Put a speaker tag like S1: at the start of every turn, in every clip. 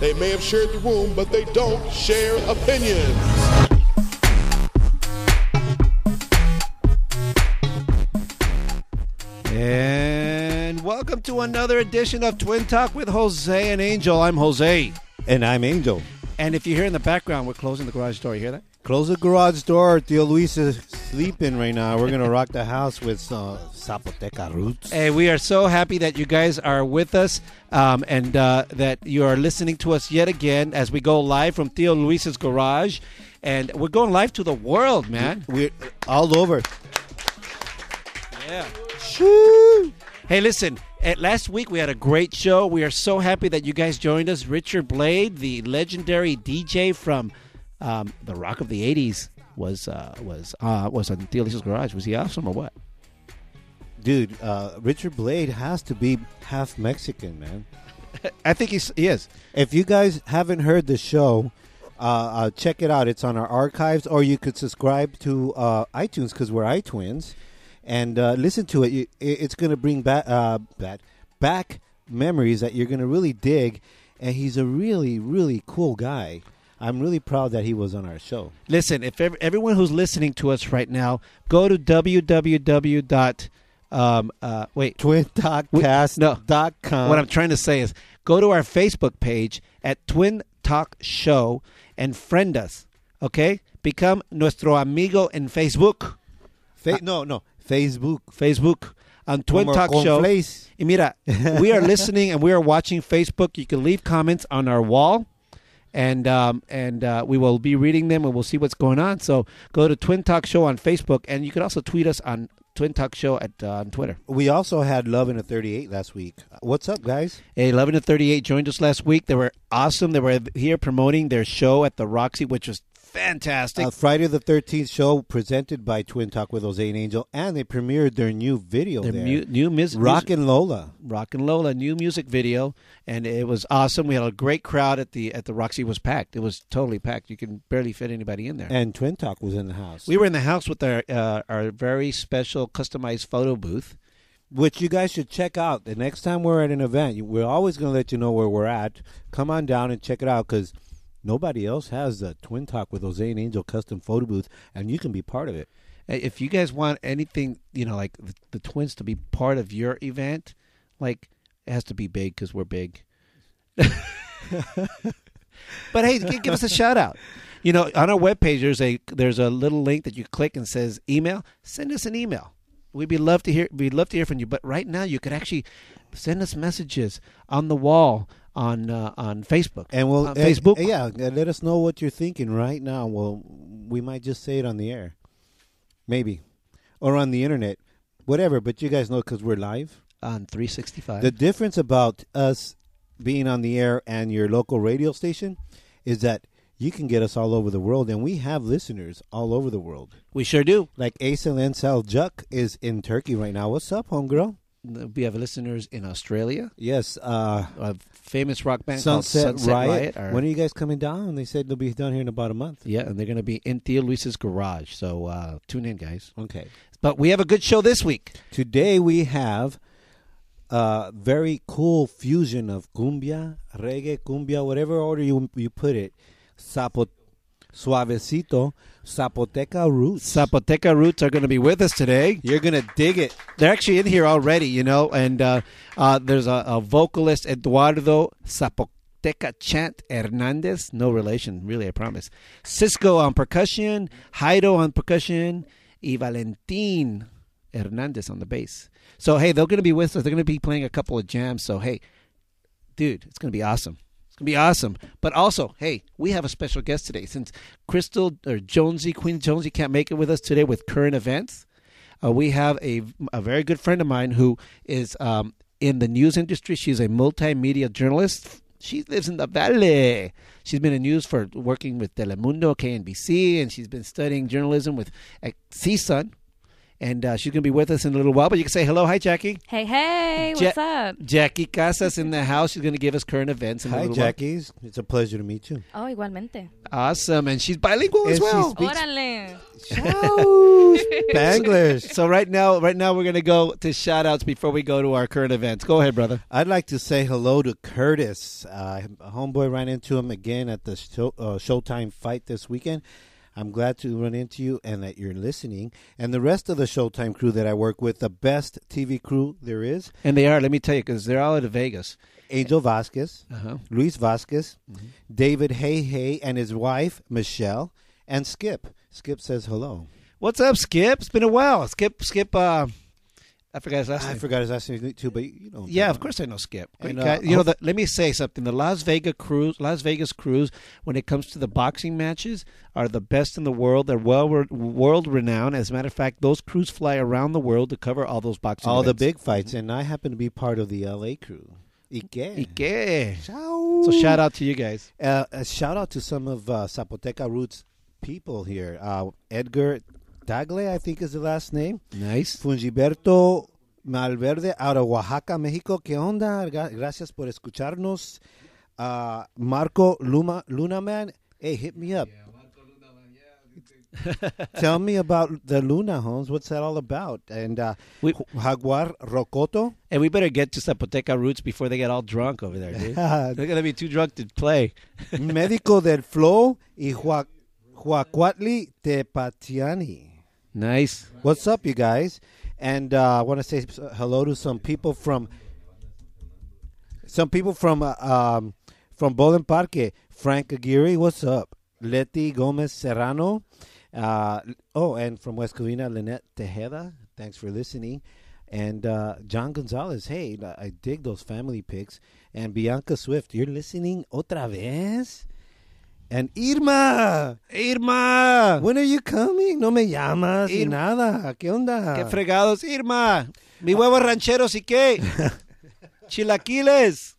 S1: They may have shared the room, but they don't share opinions.
S2: And welcome to another edition of Twin Talk with Jose and Angel. I'm Jose.
S3: And I'm Angel.
S2: And if you hear in the background, we're closing the garage door. You hear that?
S3: Close the garage door. Tio Luis is sleeping right now. We're going to rock the house with uh, Zapoteca roots.
S2: Hey, we are so happy that you guys are with us um, and uh, that you are listening to us yet again as we go live from Theo Luis's garage. And we're going live to the world, man.
S3: We're all over.
S2: Yeah. Hey, listen. At last week we had a great show. We are so happy that you guys joined us. Richard Blade, the legendary DJ from um, the Rock of the '80s, was uh, was uh, was on Theolicious Garage. Was he awesome or what?
S3: Dude, uh, Richard Blade has to be half Mexican, man.
S2: I think he's he is.
S3: If you guys haven't heard the show, uh, uh, check it out. It's on our archives, or you could subscribe to uh, iTunes because we're iTwins, and uh, listen to it. You- it- It's going to bring back uh, back back memories that you're going to really dig. And he's a really really cool guy. I'm really proud that he was on our show.
S2: Listen, if ev- everyone who's listening to us right now, go to www. dot, Um, uh, wait,
S3: TwinTalkCast.com. com.
S2: what I'm trying to say is go to our Facebook page at Twin Talk Show and friend us. Okay? Become nuestro amigo in Facebook.
S3: Fa- no, no, Facebook.
S2: Facebook on Twin
S3: Como
S2: Talk
S3: con
S2: Show.
S3: Flace.
S2: Y mira, we are listening and we are watching Facebook. You can leave comments on our wall, and um, and uh, we will be reading them and we'll see what's going on. So go to Twin Talk Show on Facebook, and you can also tweet us on Twin Talk Show at uh, on Twitter.
S3: We also had Love in a 38 last week. What's up, guys?
S2: Hey, 11 to 38 joined us last week. They were awesome. They were here promoting their show at the Roxy, which was fantastic.
S3: Uh, Friday the 13th show presented by Twin Talk with Jose and Angel, and they premiered their new video
S2: their
S3: there.
S2: mu- new mus-
S3: Rock and Lola.
S2: Rock and Lola new music video, and it was awesome. We had a great crowd at the at the Roxy. It was packed. It was totally packed. You can barely fit anybody in there.
S3: And Twin Talk was in the house,
S2: we were in the house with our uh, our very special customized photo booth.
S3: which you guys should check out. The next time we're at an event, you- we're always going to let you know where we're at. Come on down and check it out because nobody else has the Twin Talk with Jose and Angel custom photo booth, and you can be part of it.
S2: Hey, If you guys want anything, you know, like the, the twins to be part of your event, like it has to be big because we're big. but hey, gi- give us a shout out. You know, on our webpage, there's a there's a little link that you click and says email. Send us an email. We'd be love to hear we'd love to hear from you. But right now, you could actually send us messages on the wall on uh, on Facebook
S3: And we'll
S2: on
S3: eh,
S2: Facebook.
S3: eh, yeah, eh, let us know what you're thinking right now. Well, we might just say it on the air, maybe, or on the internet, whatever. But you guys know because we're live.
S2: on 365.
S3: The difference about us being on the air and your local radio station is that you can get us all over the world, and we have listeners all over the world.
S2: we sure do.
S3: Like Aisel Ansel Juk is in Turkey right now. What's up, homegirl?
S2: We have listeners in Australia.
S3: Yes, uh,
S2: a famous rock band
S3: Sunset,
S2: called Sunset Riot.
S3: Riot.
S2: are-
S3: When are you guys coming down? They said they'll be down here in about a month.
S2: yeah, and they're going to be in Theo Luis's garage. So uh, tune in, guys.
S3: Okay.
S2: But we have a good show this week.
S3: Today we have a very cool fusion of cumbia, reggae, cumbia, whatever order you you put it. Zapo, suavecito, Zapoteca roots.
S2: Zapoteca Roots are going to be with us today.
S3: You're gonna dig it.
S2: They're actually in here already, you know. And uh, uh, there's a, a vocalist, Eduardo Zapoteca Chant Hernandez. No relation, really, I promise. Cisco on percussion, Jairo on percussion, y Valentin Hernandez on the bass. So, hey, they're going to be with us. They're going to be playing a couple of jams. So, hey, dude, it's going to be awesome. It's going to be awesome. But also, hey, we have a special guest today. Since Crystal or Jonesy, Queen Jonesy can't make it with us today with current events, uh, we have a, a very good friend of mine who is um, in the news industry. She's a multimedia journalist
S3: She lives in the valley. She's been in news for working with Telemundo, KNBC, and she's been studying journalism with
S2: uh,
S3: at CSUN. And uh, she's going to be with us in a little while. But you can say hello. Hi, Jackie.
S4: Hey, hey,
S3: Ja-
S4: what's up?
S3: Jackie Casas in the house. She's going to give us current events in a
S2: Hi,
S3: little
S2: Jackies. It's a pleasure to meet you.
S4: Oh, igualmente.
S3: while. Awesome. And she's bilingual as
S2: And she's
S3: well.
S2: Speaks-
S4: Órale.
S2: Ciao, Spanglish.
S3: So right now, right now we're going to go to shout outs before we go to our current events. Go ahead, brother.
S2: I'd like to say hello to Curtis. Uh, homeboy ran into him again at the show, uh, Showtime fight this weekend. I'm glad to run into you and that you're listening. And the rest of the Showtime crew that I work with, the best TV crew there is
S3: And they are. Let me tell you, because they're all out of Vegas.
S2: Angel Vasquez,
S3: Uh-huh. Mm-hmm.
S2: Luis Vasquez, David Hey Hey, and his wife, Michelle, and Skip. Skip says hello.
S3: What's up, Skip? It's been a while. Skip, Skip. Uh, I forgot his last
S2: I
S3: name.
S2: forgot his last name too, but you know.
S3: Yeah, of course I know Skip. Great
S2: And, uh,
S3: guy. you know,
S2: hope-
S3: the, let me say something. The Las Vegas cruise, Las Vegas cruise, when it comes to the boxing matches, are the best in the world. They're well re- world renowned. As a matter of fact, those crews fly around the world to cover all those boxing.
S2: All the
S3: events.
S2: big fights, and I happen to be part of the LA crew. Ike.
S3: Mm-hmm. Ike.
S2: Ciao.
S3: So shout out to you guys.
S2: Uh, a shout out to some of uh, Zapoteca Roots people here. Uh, Edgar Tagle, I think is the last name.
S3: Nice.
S2: Fungiberto Malverde out of Oaxaca, Mexico. ¿Qué onda? Gra- Gracias por escucharnos. Uh, Marco Luma, Lunaman. Hey, hit me up. Tell me about the Luna homes. What's that all about? And uh,
S3: We-
S2: Jaguar Rocoto.
S3: And we better get to Zapoteca roots before they get all drunk over there, dude. They're gonna be too drunk to play.
S2: Médico del Flow y Hua- Huacuatli Tepatiani.
S3: Nice.
S2: What's up, you guys? And uh, I want to say s- hello to some people from some people from uh, um, from Boden Parque. Frank Aguirre, what's up? Leti Gomez Serrano. Uh, oh, and from West Covina, Lynette Tejeda. Thanks for listening. And uh, John Gonzalez, hey, I dig those family pics. And Bianca Swift, you're listening otra vez? And Irma,
S3: Irma.
S2: when are you coming? No me llamas y
S3: Ir-
S2: nada. ¿Qué onda?
S3: Qué fregados, Irma. Mi huevo rancheros y qué. Chilaquiles.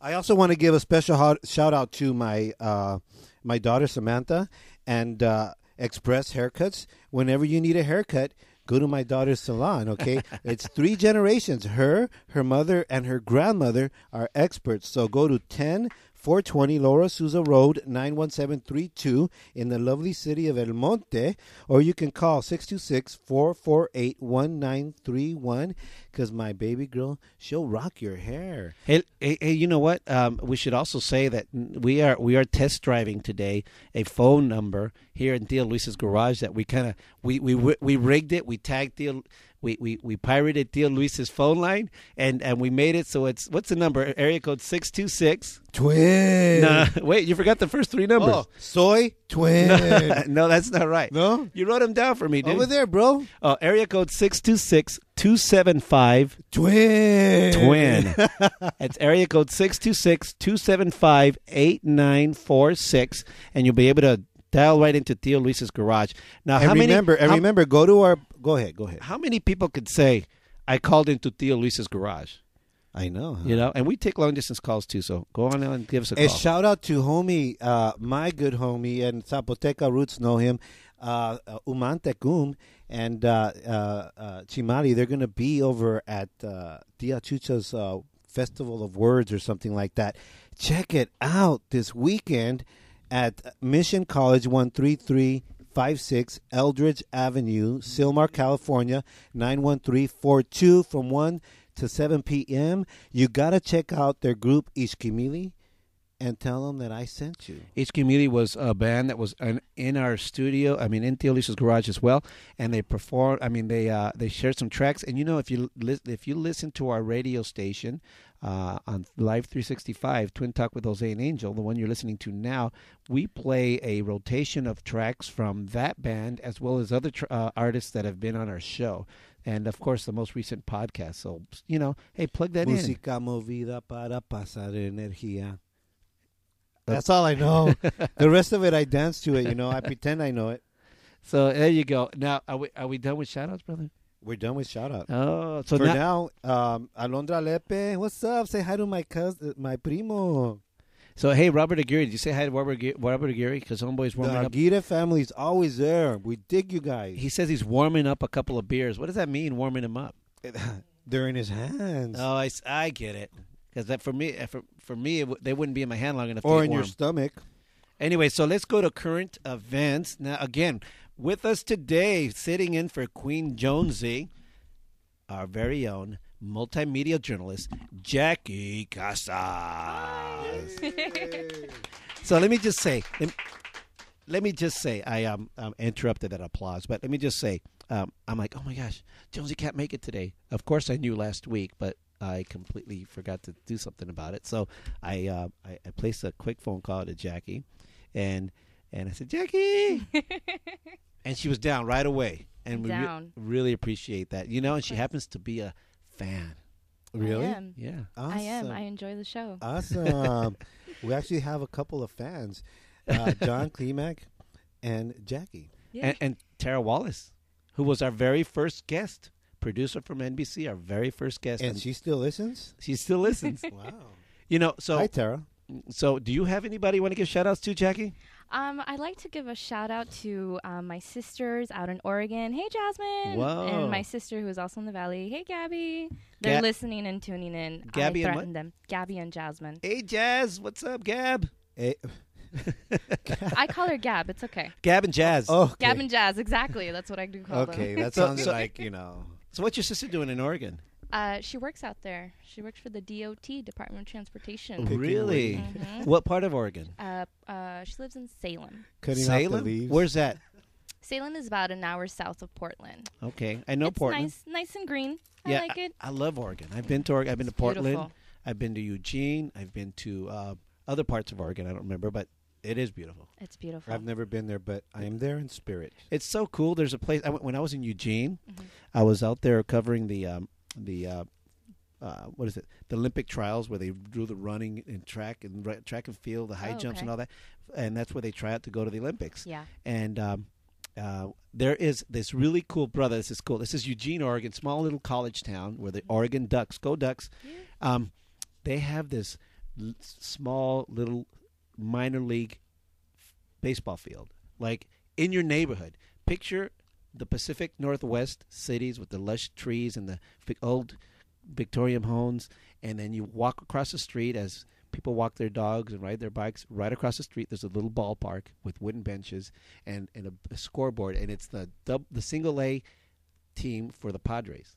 S2: I also want to give a special ho- shout out to my uh, my daughter Samantha and uh, Express Haircuts. Whenever you need a haircut, go to my daughter's salon. Okay, it's three generations. Her, her mother, and her grandmother are experts. So go to ten. 420 Laura Souza Road, 91732, in the lovely city of El Monte, or you can call 626 448 1931 because my baby girl, she'll rock your hair.
S3: Hey, hey, hey, you know what? Um, we should also say that we are we are test driving today a phone number here in Theo Luis's garage that we kind of we, we we rigged it. We tagged Theo, we, we we pirated Theo Luis's phone line and and we made it so it's what's the number? Area code six two six.
S2: Twin.
S3: No, wait, you forgot the first three numbers.
S2: Oh, soy twin.
S3: no, that's not right.
S2: Oh. No?
S3: you wrote them down for me, dude.
S2: Over there, bro.
S3: Oh, area code 626 275
S2: Twin.
S3: twin. It's area code 626 275 8946. And you'll be able to dial right into Theo Luis's garage. Now,
S2: And
S3: how
S2: remember,
S3: many,
S2: and
S3: how,
S2: remember, go to our. Go ahead, go ahead.
S3: how many people could say, I called into Theo Luis's garage?
S2: I know. huh?
S3: You know, and we take long distance calls too. So go on and give us a call.
S2: A shout out to homie, uh, my good homie, and Zapoteca roots know him, uh, uh, Uman Tecum and uh, uh, uh, Chimali. They're going to be over at uh, Dia Chucha's uh, Festival of Words or something like that. Check it out this weekend at Mission College 13356 Eldridge Avenue, Silmar, California, 91342 from 1 to 7 p.m. You got to check out their group, Ishkimili and tell them that I sent you.
S3: Each Community was a band that was an, in our studio. I mean, in Theo Luis's garage as well, and they performed. I mean, they uh, they shared some tracks. And you know, if you lis- if you listen to our radio station uh, on Live 365, Twin Talk with Jose and Angel, the one you're listening to now, we play a rotation of tracks from that band as well as other tr- uh, artists that have been on our show, and of course the most recent podcast. So you know, hey, plug that in.
S2: Música movida para pasar energía. That's all I know. the rest of it, I dance to it. You know, I pretend I know it.
S3: So there you go. Now, are we are we done with shout outs, brother? We're done with shout out.
S2: Oh, so
S3: For
S2: now,
S3: now, um, Alondra Lepe, what's up? Say hi to my cousin, my primo.
S2: so hey, Robert Aguirre, did you say hi to Robert Aguirre, Robert Aguirre? Because homeboy's warming
S3: The
S2: up.
S3: Aguirre family's always there. We dig you guys.
S2: He says he's warming up a couple of beers. What does that mean, warming him up?
S3: They're in his hands.
S2: Oh, I, s- I get it. Because that for me, eh, for, for me, it w- they wouldn't be in my hand long enough. to
S3: or
S2: get
S3: in
S2: warm.
S3: your stomach.
S2: Anyway, so let's go to current events. Now, again, with us today, sitting in for Queen Jonesy, our very own multimedia journalist, Jackie Casas. so let me just say, let me, let me just say, I um, um, interrupted that applause, but let me just say, um, I'm like, oh my gosh, Jonesy can't make it today. Of course, I knew last week, but I completely forgot to do something about it. So I uh, I, I placed a quick phone call to Jackie, and and I said, Jackie, and she was down right away, and we re-
S4: Down.
S2: really appreciate that, you know. And she happens to be a fan.
S3: Really?
S4: I am.
S2: Yeah.
S4: I am. I enjoy the
S2: Uh,
S4: show.
S3: Awesome. we actually have a couple of fans uh, John Klimak and Jackie.
S4: yeah.
S2: and, and Tara Wallace, who was our very first guest, producer from NBC, our very first guest,
S3: And she still listens?
S2: she still listens.
S3: Wow.
S2: you know, so
S3: Hi, Tara.
S2: so do you have anybody you want to give shout outs to, Jackie?
S4: um, I'd like to give a shout out to um, my sisters out in Oregon. Hey, Jasmine.
S2: Whoa.
S4: And my sister who is also in the valley. Hey, Gabby. They're
S2: Ga-
S4: listening and tuning in.
S2: Gabby
S4: I
S2: and what?
S4: threatened them. Gabby and Jasmine.
S2: Hey, Jazz, what's up, Gab?
S3: Eh,
S4: I call her Gab. It's okay.
S2: Gab and Jazz.
S3: oh, okay.
S4: Gab and Jazz. Exactly. That's what I do call
S3: Okay,
S4: them.
S3: that sounds
S2: so-
S3: like, you know.
S2: So what's your sister doing in Oregon?
S4: Uh, she works out there. She works for the DOT, Department of Transportation.
S2: Really?
S4: Mm-hmm.
S2: What part of Oregon?
S4: Uh, uh, she lives in Salem.
S3: Cutting off
S2: Salem.
S3: the leaves.
S2: Where's that?
S4: Salem is about an hour south of Portland.
S2: Okay, I know
S4: it's
S2: Portland.
S4: nice, nice and green. I
S2: yeah,
S4: like it.
S2: I, love Oregon. I've been to Oregon. I've been to
S4: It's
S2: Portland.
S4: beautiful.
S2: I've been to Eugene. I've been to uh, other parts of Oregon. I don't remember, but it is beautiful.
S4: It's beautiful.
S3: I've never been there, but I am there in spirit.
S2: It's so cool. There's a place I went, when I was in Eugene.
S4: Mm-hmm.
S2: I was out there covering the um, the uh, uh, what is it? The Olympic trials where they do the running and track and ra- track and field, the high
S4: Oh,
S2: jumps and
S4: okay.
S2: all that, and that's where they try out to go to the Olympics.
S4: Yeah.
S2: And um, uh, there is this really cool brother. This is cool. This is Eugene, Oregon, small little college town where the Oregon Ducks go Ducks. Um, they have this l- small little minor league baseball field, like in your neighborhood. Picture the Pacific Northwest cities with the lush trees and the fi- old Victorian homes, and then you walk across the street as people walk their dogs and ride their bikes. Right across the street, there's a little ballpark with wooden benches and, and a, a scoreboard, and it's the dub, the single A team for the Padres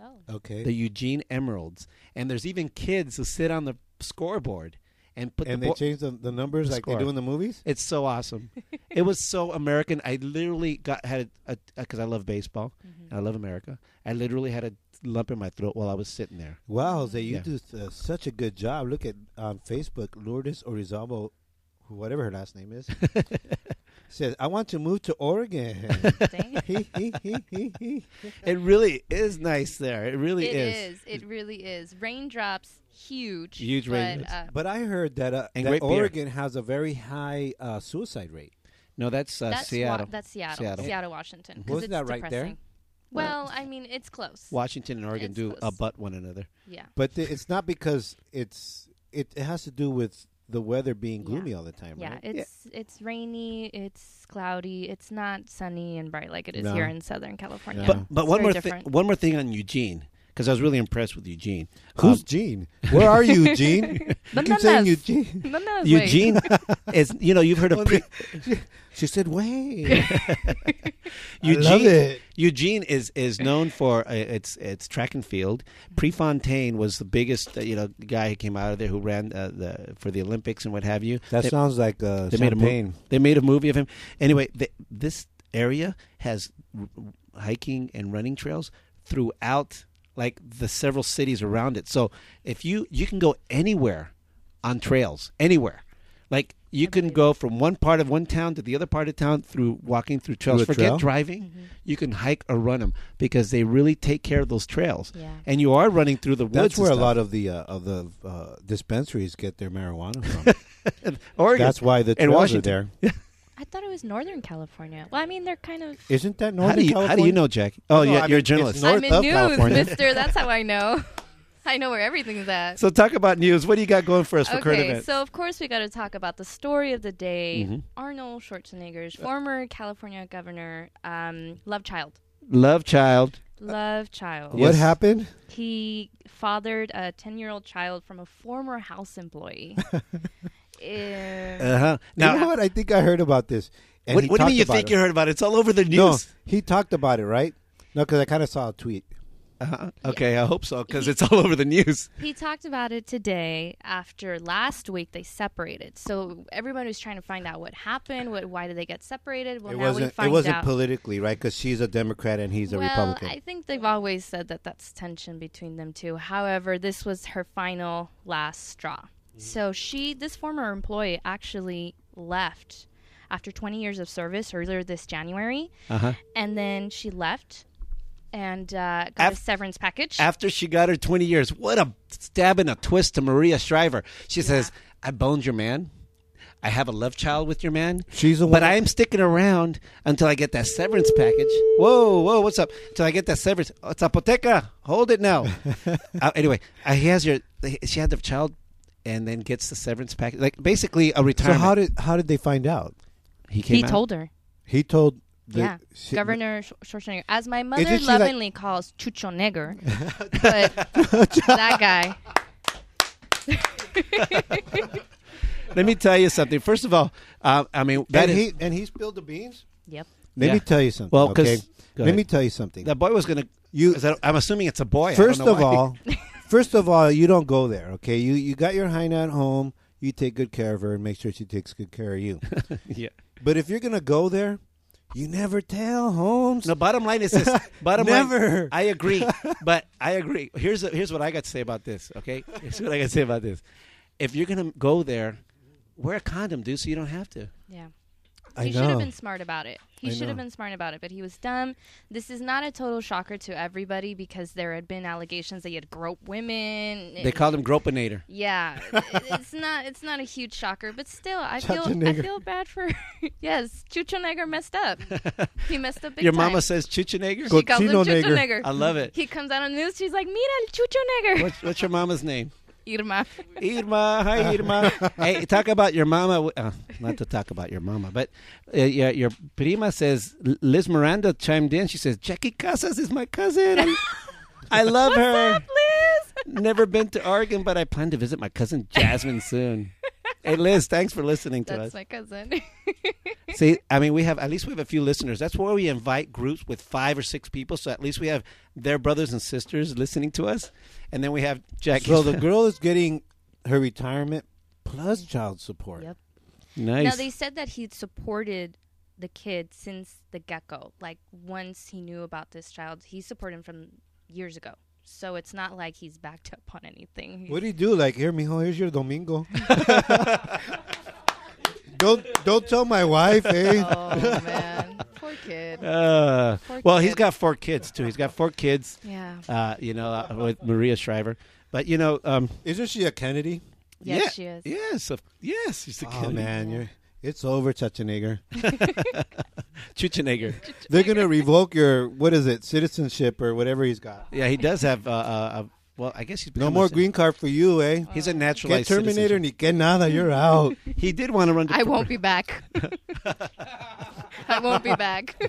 S4: Oh.
S3: Okay.
S2: the Eugene Emeralds, and there's even kids who sit on the scoreboard and put
S3: and
S2: the
S3: they
S2: bo-
S3: changed the, the numbers
S2: the
S3: like
S2: score.
S3: they do in the movies?
S2: It's so awesome. it was so American. I literally got had a because I love baseball. and I love America. I literally had a lump in my throat while I was sitting there.
S3: Wow, Jose, you
S2: Yeah.
S3: do uh, such a good job. Look at on Facebook, Lourdes Orizabo, who- whatever her last name is, says, I want to move to Oregon.
S4: Dang.
S3: Hee, hee, hee, hee, hee.
S2: It really is nice there. It really
S4: It
S2: is.
S4: is. It really is. Raindrops, huge.
S2: Huge
S4: but,
S2: raindrops.
S4: Uh,
S3: but I heard that, uh,
S2: And
S3: that
S2: great beer.
S3: Oregon has a very high uh, suicide rate.
S2: No, that's, uh,
S4: that's
S2: Seattle.
S4: Wa- that's Seattle.
S2: Seattle.
S4: Seattle, Washington. 'cause
S3: Wasn't
S4: it's
S3: that right there?
S4: depressing. Well, I mean, it's close.
S2: Washington and Oregon
S4: It's
S2: do
S4: close.
S2: abut one another.
S4: Yeah.
S3: But th- it's not because it's it, it has to do with the weather being gloomy all the time,
S4: Yeah,
S3: right?
S4: it's it's rainy, it's cloudy, it's not sunny and bright like it is
S3: No.
S4: here in Southern California.
S3: Yeah.
S2: But but
S4: It's
S2: one
S4: very
S2: more thing.
S4: different.
S2: One more thing on Eugene because I was really impressed with Eugene.
S3: Who's Gene? Where are you, Gene? you keep saying
S4: Bananas.
S3: Eugene.
S4: No, no, wait.
S2: Eugene is you know you've heard of pre-
S3: She said, "Wait."
S2: Eugene,
S3: love it.
S2: Eugene is is known for uh, its its track and field. Prefontaine was the biggest uh, you know guy who came out of there who ran uh, the for the Olympics and what have you.
S3: That
S2: They-
S3: sounds like uh,
S2: they made a
S3: champagne.
S2: movie. They made a movie of him. Anyway, the, this area has r- r- hiking and running trails throughout like the several cities around it. So if you you can go anywhere on trails, anywhere. Like you can go from one part of one town to the other part of town through walking through trails.
S3: Through a
S2: Forget
S3: trail?
S2: driving. You can hike or run them because they really take care of those trails.
S4: Yeah.
S2: And you are running through the woods.
S3: That's where a lot of the uh, of the uh, dispensaries get their marijuana from.
S2: Oregon.
S3: That's why the
S2: And
S3: trails are
S2: Washington.
S3: there.
S4: I thought it was Northern California. Well, I mean, they're kind of.
S3: Isn't that Northern
S2: How do you
S3: California?
S2: how do you know, Jack? Oh,
S3: No,
S2: yeah,
S3: I
S2: you're
S3: mean,
S2: a journalist.
S3: it's north
S4: I'm in
S3: of
S4: news,
S3: California.
S4: Mister. That's how I know. I know where everything's at.
S2: so talk about news. What do you got going for us for current
S4: okay,
S2: events?
S4: so of course we got to talk about the story of the day.
S3: Mm-hmm.
S4: Arnold Schwarzenegger's
S3: Uh,
S4: former California governor, um, love child,
S2: Love child.
S4: love child.
S3: uh, What
S2: Yes.
S3: happened?
S4: He fathered a ten-year-old child from a former house employee. Eh,
S2: Uh huh. Now,
S3: you know what? I think I heard about this. And
S2: what,
S3: he
S2: what do you
S3: talked
S2: mean you
S3: about
S2: think
S3: it.
S2: you heard about it? It's all over the
S3: No,
S2: news.
S3: he talked about it, right? No, because I kind of saw a tweet.
S2: Uh-huh. Okay, I hope so because it's all over the news.
S4: He talked about it today after last week they separated. So everyone was trying to find out what happened, what why did they get separated? Well,
S3: it
S4: now we
S3: wasn't.
S4: find
S3: it wasn't
S4: out.
S3: politically right because she's a Democrat and he's a
S4: well,
S3: Republican.
S4: I think they've always said that that's tension between them two. However, this was her final last straw.
S3: Mm-hmm.
S4: So she, this former employee, actually left after 20 years of service earlier this January,
S2: Uh-huh.
S4: and then she left and uh, got a
S2: Af-
S4: severance package.
S2: After she got her 20 years, what a stab and a twist to Maria Shriver. She says, "I boned your man. I have a love child with your man.
S3: She's the
S2: but
S3: one-
S2: I am sticking around until I get that severance package. Whoa, whoa, what's up? Until I get that severance. Oh, Zapoteca, hold it now. uh, anyway, uh, he has your. She had the child, and then gets the severance package. Like basically a
S3: so
S2: retirement.
S3: how did how did they find out?
S2: he came
S4: he
S2: out?
S4: told her.
S3: He told the
S4: yeah,
S3: she-
S4: Governor Sch- Schwarzenegger, as my mother
S3: Isn't she like-
S4: lovingly calls Chucho Negger, but that guy.
S2: Let me tell you something. First of all, uh, I mean that
S3: And
S2: is,
S3: he and he spilled the beans.
S4: Yep.
S3: Let
S2: Yeah.
S3: me tell you something.
S2: Well, 'cause-
S3: okay.
S2: go
S3: Let
S2: ahead.
S3: me tell you something.
S2: that boy was gonna. You, is that, I'm assuming it's a boy. I don't
S3: First
S2: know
S3: of
S2: why.
S3: all, first of all, you don't go there. Okay, you you got your hyena at home. You take good care of her and make sure she takes good care of you.
S2: yeah.
S3: but if you're gonna go there, you never tell Holmes.
S2: No, bottom line is this. Bottom line,
S3: Never.
S2: I agree, but I agree. Here's a, here's what I got to say about this. Okay, here's what I got to say about this. If you're gonna go there, wear a condom, dude, so you don't have to.
S4: Yeah.
S3: I
S4: he should have
S3: know.
S4: been smart about it. He
S3: I
S4: should have
S3: know.
S4: been smart about it, but he was dumb. This is not a total shocker to everybody because there had been allegations that he had groped women.
S2: They called him gropinator.
S4: yeah, it- it's not it's not a huge shocker, but still, I feel
S3: Chucho
S4: I
S3: Negro.
S4: feel bad for yes, Chucho Negro messed up. he messed up big
S2: Your
S4: time.
S2: mama says chichinager.
S4: she calls him
S3: Cochino
S4: Chucho
S3: Negro.
S4: Negro.
S2: I love it.
S4: He comes out on the news. She's like, "Mira el Chucho Negro."
S2: What's, what's your mama's name?
S4: Irma.
S2: Irma, hi Irma. hey, talk about your mama. Uh, not to talk about your mama, but uh, your, your prima says Liz Miranda chimed in. She says Jackie Casas is my cousin. I, I love her.
S4: Liz.
S2: Never been to Oregon, but I plan to visit my cousin Jasmine soon. hey Liz, thanks for listening to us.
S4: That's my cousin.
S2: See, I mean, we have at least we have a few listeners. That's why we invite groups with five or six people, so at least we have their brothers and sisters listening to us, and then we have Jackie.
S3: So the girl is getting her retirement plus child support.
S4: Yep.
S2: nice.
S4: Now they said that he'd supported the kid since the get-go. Like once he knew about this child, he supported him from years ago. So it's not like he's backed up on anything. He's-
S3: What do you do? Like, here, mijo, here's your domingo. don't don't tell my wife, eh?
S4: oh man, poor kid.
S2: Uh,
S4: Four
S2: well, he's
S4: kids.
S2: got four kids too. He's got four kids.
S4: Yeah.
S2: Uh, you know, uh, with Maria Shriver. But you know, um,
S3: Isn't she a Kennedy?
S4: Yes,
S2: yeah,
S4: she is.
S2: Yes, of- yes, she's a
S3: Oh
S2: kid.
S3: man, you're, it's over, Chachenegger.
S2: Chuchenegger.
S3: They're gonna revoke your what is it, citizenship or whatever he's got.
S2: yeah, he does have. Uh, uh, uh, well, I guess he's
S3: No
S2: become a
S3: more
S2: cit-
S3: green card for you, eh?
S2: He's a
S3: Get
S2: naturalized
S3: Terminator
S2: citizen.
S3: ni que nada, you're out.
S2: He did want to run. To
S4: I won't be back. I won't be back.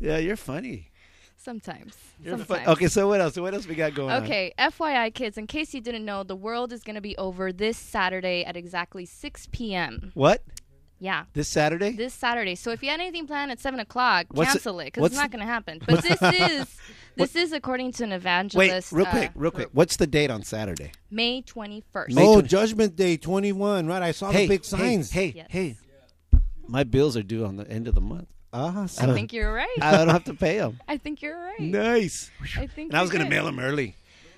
S2: Yeah, you're funny.
S4: Sometimes.
S2: You're fu-
S4: Sometimes.
S2: okay, so what else? What else we got going on?
S4: Okay, FYI, kids, in case you didn't know, the world is going to be over this Saturday at exactly 6 p.m.
S2: What
S4: Yeah,
S2: this Saturday?
S4: this Saturday. So if you had anything planned at 7 o'clock,
S2: What's the-
S4: cancel it because
S2: what's
S4: it's not going to happen. But this is this is according to an
S2: Wait,
S4: evangelist.
S2: real
S4: uh,
S2: quick, real quick.
S4: group.
S2: What's the date on Saturday?
S4: May 21st.
S2: May
S3: oh,
S2: twen-
S3: Judgment Day, twenty one, right? I saw
S2: hey,
S3: the big signs.
S2: Hey, hey,
S4: Yes.
S2: hey. My bills are due on the end of the month.
S3: awesome.
S4: I think you're right.
S2: I don't have to pay them.
S4: I think you're right.
S2: Nice.
S4: I think
S2: And I was
S4: you're
S2: going to
S4: good.
S2: mail them early.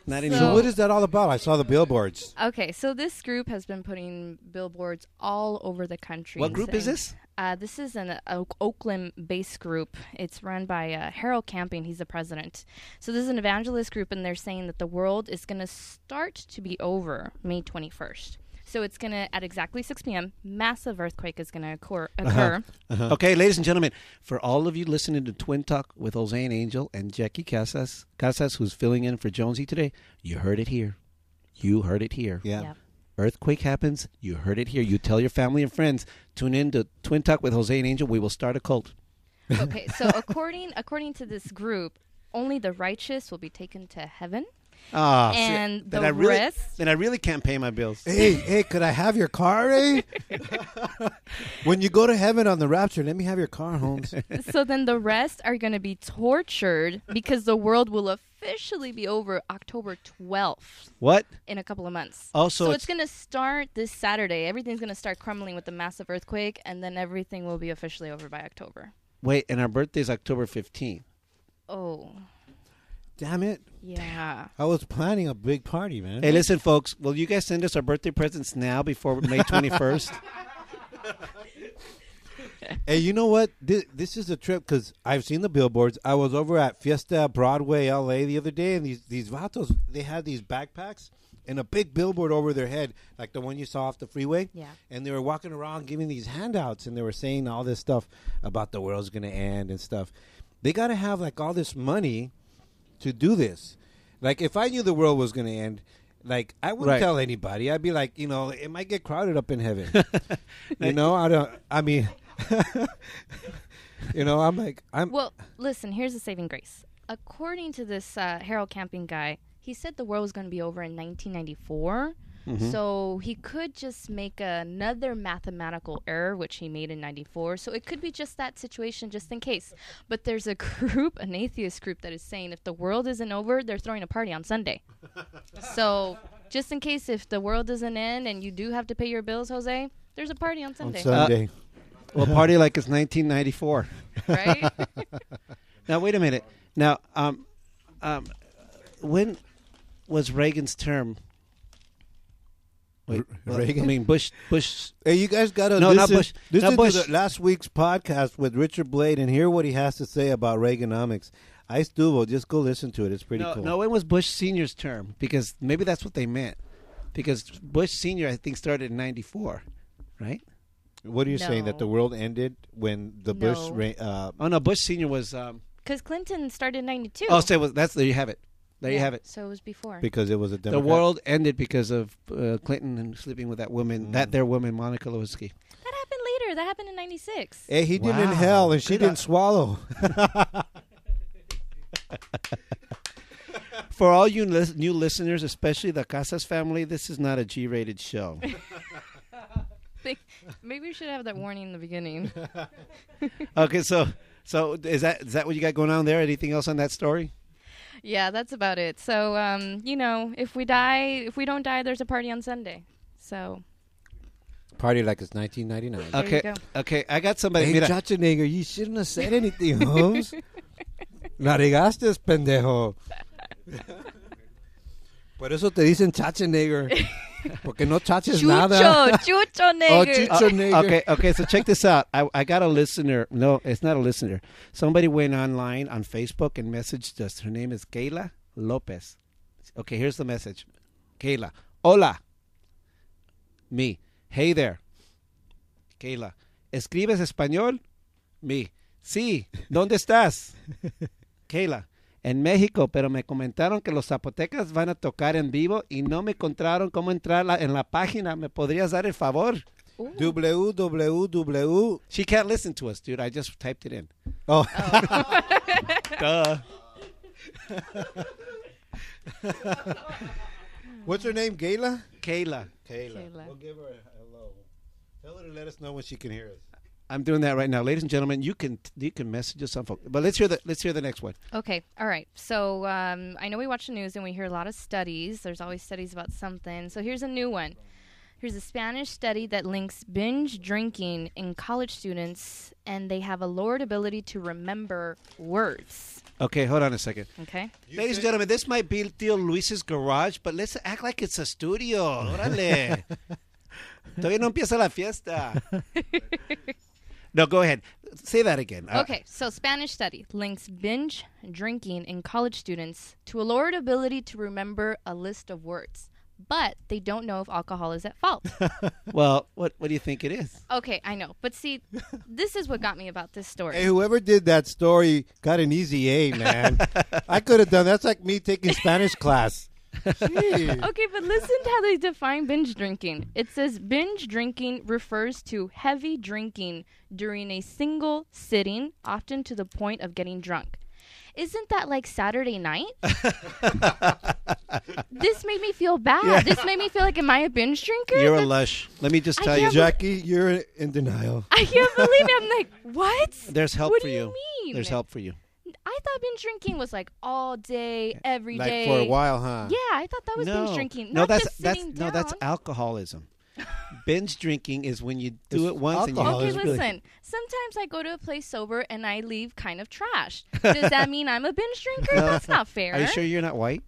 S2: Not
S3: so
S2: anymore.
S3: what is that all about? I saw the billboards.
S4: Okay, so this group has been putting billboards all over the country.
S2: What group is
S4: saying-
S2: this?
S4: Uh, this is an uh, Oakland-based group. It's run by uh, Harold Camping. He's the president. So this is an evangelist group, and they're saying that the world is going to start to be over May 21st. So it's going to, at exactly 6 p.m., massive earthquake is going to occur.
S2: Uh-huh.
S4: occur.
S3: Uh-huh.
S2: Okay, ladies and gentlemen, for all of you listening to Twin Talk with Jose and Angel and Jackie Casas, Casas, who's filling in for Jonesy today, you heard it here. You heard it here.
S3: Yeah.
S4: Yep.
S2: Earthquake happens. You heard it here. You tell your family and friends. Tune in to Twin Talk with Jose and Angel. We will start a cult.
S4: okay so according according to this group only the righteous will be taken to heaven
S2: Ah,
S4: And
S2: then
S4: the
S2: I really,
S4: rest?
S2: Then I really can't pay my bills.
S3: Hey, hey, could I have your car, eh? when you go to heaven on the rapture, let me have your car, Holmes.
S4: so then the rest are going to be tortured because the world will officially be over october 12th
S2: What?
S4: in a couple of months
S2: Oh, so
S4: so
S2: it's-
S4: it's, going to start this saturday everything's going to start crumbling with the massive earthquake and then everything will be officially over by october
S2: Wait, and our birthday is October 15th.
S4: oh
S3: Damn it.
S4: yeah
S3: I was planning a big party, man.
S2: Hey, listen, folks, will you guys send us our birthday presents now before May 21st?
S3: Hey, you know what? This, this is a trip because I've seen the billboards. I was over at Fiesta Broadway, LA, the other day, and these these vatos, they had these backpacks and a big billboard over their head, like the one you saw off the freeway.
S4: Yeah.
S3: And they were walking around giving these handouts, and they were saying all this stuff about the world's gonna end and stuff. They got to have like all this money to do this. Like, if I knew the world was gonna end. Like I wouldn't
S2: Right.
S3: tell anybody. I'd be like, you know, it might get crowded up in heaven. you know, I don't. I mean, you know, I'm like, I'm.
S4: Well, listen, here's the saving grace. According to this uh, Harold Camping guy, he said the world was going to be over in 1994. So he could just make another mathematical error, which he made in 94. So it could be just that situation, just in case. But there's a group, an atheist group, that is saying if the world isn't over, they're throwing a party on Sunday. so just in case if the world doesn't end and you do have to pay your bills, Jose, there's a party on
S3: on
S2: Uh,
S4: Sunday,
S3: Sunday.
S2: We'll party like it's 1994.
S4: right?
S2: Now wait a minute. Now, um, um, when was Reagan's term? Wait,
S3: R-
S2: well,
S3: Reagan?
S2: I mean Bush. Bush.
S3: hey, you guys got to
S2: No, not
S3: listen,
S2: Bush.
S3: listen
S2: Not Bush.
S3: to the last week's podcast with Richard Blade and hear what he has to say about Reaganomics. I Stuvo, just go listen to it. It's pretty
S2: No,
S3: cool.
S2: no. When was Bush Senior's term? Because maybe that's what they meant. Because Bush Senior, I think, started in '94, right?
S3: what are you saying that
S4: No.
S3: the world ended when the Bush?
S4: No.
S3: Re- uh,
S2: Oh no, Bush Senior was. Um,
S4: Because Clinton started in 92.
S2: oh, so it was, that's there. You have it. There you
S4: Yeah,
S2: have it.
S4: So it was before.
S3: because it was a
S2: The
S3: Democrat.
S2: world ended because of uh, Clinton and sleeping with that woman,
S3: Mm.
S2: that their woman, Monica Lewinsky.
S4: that happened later. That happened in 96.
S3: Hey, Eh, he
S2: Wow.
S3: didn't inhale and she
S2: Good
S3: didn't
S2: eye.
S3: swallow.
S2: For all you lis- new listeners, especially the Casas family, this is not a G-rated show.
S4: Maybe we should have that warning in the beginning.
S2: Okay, so so is that is that what you got going on there? Anything else on that story?
S4: yeah, that's about it. So, um, you know, if we die, if we don't die, there's a party on Sunday. So,
S3: Party like it's 1999.
S4: There you
S2: okay,
S4: go.
S2: okay, I got somebody.
S3: Hey,
S2: mira,
S3: Schwarzenegger, you shouldn't have said anything, Holmes. La regaste, pendejo. Por eso te dicen Schwarzenegger. Porque no chaches nada.
S4: chucho, chucho
S3: Oh,
S4: nigger.
S3: chucho negro.
S2: Ah, okay, okay. So check this out. I, I got a listener. No, it's not a listener. Somebody went online on Facebook and messaged us. Her name is Kayla Lopez. Okay, here's the message. Kayla, hola. Me, hey there. Kayla, ¿escribes español? Me, sí. ¿Dónde estás? Kayla, en México, pero me comentaron que los zapotecas van a tocar en vivo y no me encontraron cómo entrar la- en la página. ¿Me podrías dar el favor?
S4: Ooh.
S3: www.
S2: She can't listen to us, dude. I just typed it in.
S3: Oh,
S2: Duh.
S3: what's her name? Gayla?
S2: Kayla,
S3: Kayla.
S4: Kayla.
S3: We'll give her a hello. Tell her to let us know when she can hear us.
S2: I'm doing that right now, ladies and gentlemen. You can you can message us on phone, but let's hear the let's hear the next one.
S4: Uh, Okay, all right. So um, I know we watch the news and we hear a lot of studies. There's always studies about something. So here's a new one. Here's a Spanish study that links binge drinking in college students, and they have a lowered ability to remember words.
S2: Okay, hold on a second,
S4: Okay.
S2: ladies and gentlemen. This might be Tio Luis's garage, but let's act like it's a studio. Órale. Todavía no empieza la fiesta. no, go ahead. Say that again. Uh,
S4: Okay, so Spanish study links binge drinking in college students to a lowered ability to remember a list of words. but they don't know if alcohol is at fault.
S2: Well, what what do you think it is?
S4: okay, I know. But see, this is what got me about this story.
S3: Hey, whoever did that story got an easy A, man. I could have done that's like me taking Spanish class. Jeez.
S4: Okay, but listen to how they define binge drinking. It says binge drinking refers to heavy drinking during a single sitting, often to the point of getting drunk. Isn't that like Saturday night? this made me feel bad. This made me feel like, am I a binge drinker?
S2: You're a
S4: That's-
S2: lush. Let me just
S4: I
S2: tell you,
S4: can't believe-
S3: Jackie, you're in denial.
S4: I can't believe it. I'm like, what?
S2: there's help
S4: What
S2: for
S4: do you
S2: you.
S4: mean?
S2: There's help for you.
S4: I thought binge drinking was like all day, every day.
S3: Like for a while, huh?
S4: Yeah, I thought that was
S2: no,
S4: binge drinking.
S2: no,
S4: Not
S2: that's
S4: just
S2: that's
S4: sitting
S2: no, that's
S4: down.
S2: alcoholism. Binge drinking is when you do
S3: It's
S2: it once
S3: alcohol.
S2: and you
S4: Okay,
S3: it's really-
S4: listen. Sometimes I go to a place sober and I leave kind of trash. Does that mean I'm a binge drinker? That's not fair.
S2: Are you sure you're not white?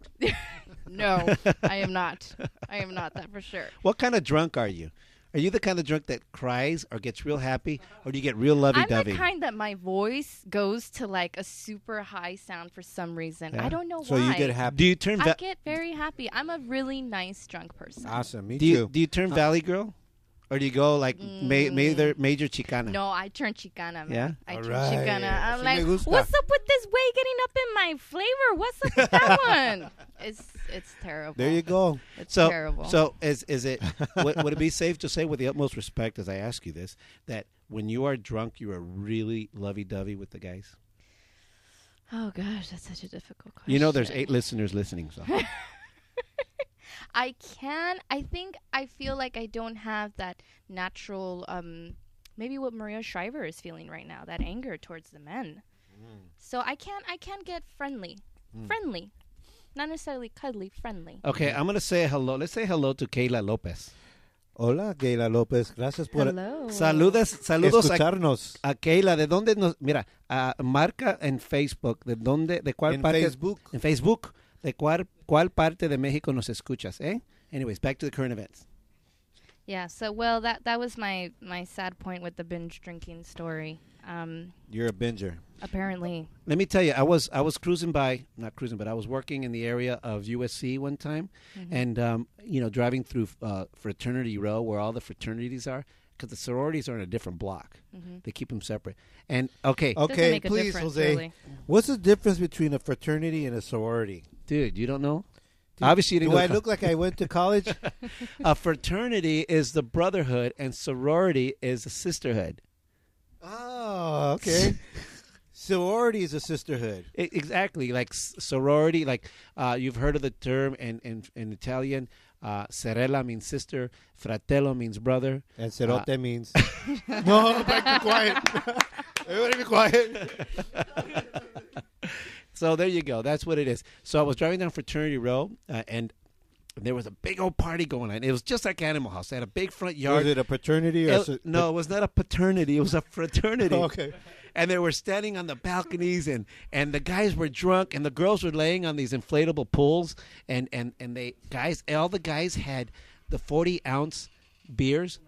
S4: No, I am not. I am not that for sure.
S2: What kind of drunk are you? Are you the kind of drunk that cries or gets real happy, or do you get real lovey
S4: I'm
S2: dovey?
S4: the kind that my voice goes to like a super high sound for some reason. I don't know
S3: So
S4: why.
S3: you get happy.
S2: Do you turn
S4: I
S2: va-
S4: get very happy. I'm a really nice drunk person.
S2: Ah.
S3: Awesome. Me
S2: do
S3: too.
S2: you do you
S3: Uh-huh.
S2: turn Valley Girl, or do you go like ma- major major Chicana?
S4: Mm. No, I turn Chicana. Man.
S2: Yeah?
S4: I turn
S3: Alright.
S4: Chicana. I'm
S3: Así me
S4: like,
S3: gusta.
S4: what's up with this way getting up in my flavor? What's up with that one? It's it's terrible.
S3: there you go.
S4: It's
S2: So
S4: terrible.
S2: so is is it would, would it be safe to say with the utmost respect as I ask you this that when you are drunk you are really lovey dovey with the guys?
S4: oh gosh, that's such a difficult question.
S2: You know, there's eight listeners listening. So
S4: I can. I think I feel like I don't have that natural. um Maybe what Maria Shriver is feeling right now, that anger towards the men.
S2: Mm.
S4: So I can I can get friendly, friendly, not necessarily cuddly, friendly.
S3: Mm.
S2: okay, I'm gonna say hello. Let's say hello to Kayla Lopez.
S3: Hola, Gayla López. Gracias por
S4: Hello.
S2: Saludos, saludos a
S3: escucharnos.
S2: A Keila, ¿de dónde nos.? Mira, ah, marca en Facebook, ¿de dónde, de cuál
S3: En
S2: parte.
S3: Facebook.
S2: En Facebook, ¿de cuál, cuál parte de México nos escuchas, eh? Anyways, back to the current events.
S4: Yeah. So well, that that was my my sad point with the binge drinking story. Um,
S3: You're a binger.
S4: apparently,
S2: Let me tell you, I was I was cruising by, not cruising, but I was working in the area of USC one time, and um, you know, driving through uh, Fraternity Row, where all the fraternities are, because the sororities are in a different block. They keep them separate. And okay,
S3: Okay,
S4: make a
S3: please,
S4: difference,
S3: Jose.
S4: really.
S3: What's the difference between a fraternity and a sorority?
S2: dude, you don't know. Obviously, you didn't
S3: Do
S2: go
S3: I
S2: to
S3: look like I went to college?
S2: a fraternity is the brotherhood and sorority is the sisterhood.
S3: oh, okay. sorority is a sisterhood.
S2: E- exactly, like s- sorority. Like uh, you've heard of the term in in, in Italian, uh, sorella means sister, fratello means brother.
S3: And cerote means. Ah. no, back to quiet. Everybody be quiet.
S2: So there you go. That's what it is. So I was driving down Fraternity Row, uh, and there was a big old party going on. It was just like Animal House. They had a big front yard.
S3: Was it a paternity or
S2: It-
S3: so-
S2: no, it was not a paternity. It was a fraternity.
S3: Okay.
S2: And they were standing on the balconies, and, and the guys were drunk, and the girls were laying on these inflatable pools, and and and they guys, all the guys had the forty ounce beers,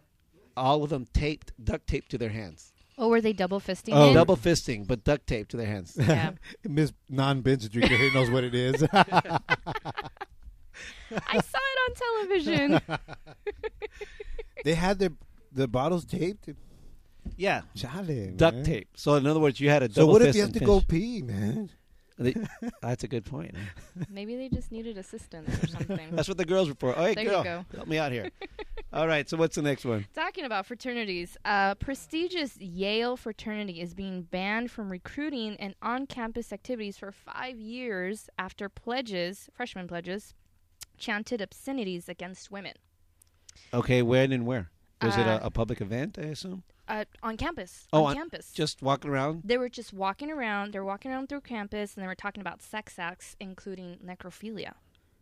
S2: all of them taped, duct taped to their hands,
S4: Oh, were they double fisting?
S3: Oh.
S4: it?
S2: double fisting, but duct taped to their hands.
S4: Yeah.
S3: Miss non binge drinker here knows what it is.
S4: I saw it on television.
S3: they had their the bottles taped.
S2: yeah,
S3: Chale,
S2: duct
S3: man.
S2: tape. So in other words, you had a
S3: So
S2: double
S3: what if
S2: fist
S3: you have
S2: and
S3: to
S2: finish.
S3: go pee, man?
S2: They- That's a good point.
S4: Maybe they just needed assistance or something.
S2: That's what the girls were for. Oh, hey,
S4: There you
S2: girl,
S4: go.
S2: help me out here. All right. So what's the next one?
S4: Talking about fraternities, uh, prestigious Yale fraternity is being banned from recruiting and on-campus activities for five years after pledges, freshman pledges, chanted obscenities against women
S2: Okay, when and where? Was it
S4: Uh,
S2: a, a public event? I assume.
S4: uh, on campus.
S2: Oh,
S4: on,
S2: on-
S4: campus.
S2: Just walking around.
S4: they were just walking around. They were walking around through campus, and they were talking about sex acts, including necrophilia.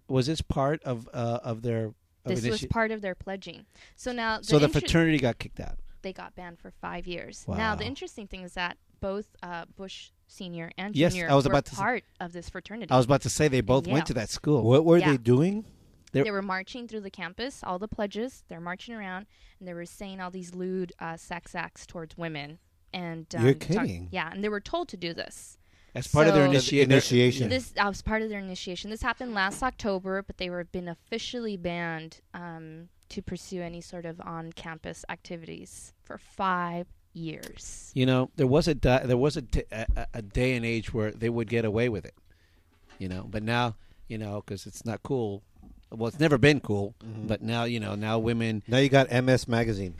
S2: Was this part of uh, of their? Of
S4: This
S2: an
S4: was
S2: issue?
S4: part of their pledging. So now,
S2: so the
S4: inter-
S2: fraternity got kicked out.
S4: they got banned for five years. Now, the
S2: Wow.
S4: interesting thing is that both uh, Bush Senior and
S2: Yes,
S4: Junior
S2: I was
S4: were
S2: about to say-
S4: part of this fraternity.
S2: I was about to say they both
S4: Yeah.
S2: went to that school.
S3: What were
S4: Yeah.
S3: they doing?
S2: They're-
S4: they were marching through the campus, all the pledges. They're marching around, and they were saying all these lewd uh, sex acts towards women. And um,
S3: You're
S4: talk-
S3: kidding.
S4: yeah, and they were told to do this.
S2: as part of their
S4: So-
S2: initiation.
S3: Initiation.
S4: This I was part of their initiation. This happened last October, but they were been officially banned um, to pursue any sort of on-campus activities for five years.
S2: You know, there was a di- there was a, t- a, a- a day and age where they would get away with it. You know, but now you know because it's not cool. Well, it's never been cool,
S3: Mm-hmm.
S2: but now you know. Now women,
S3: Now you got MS Magazine.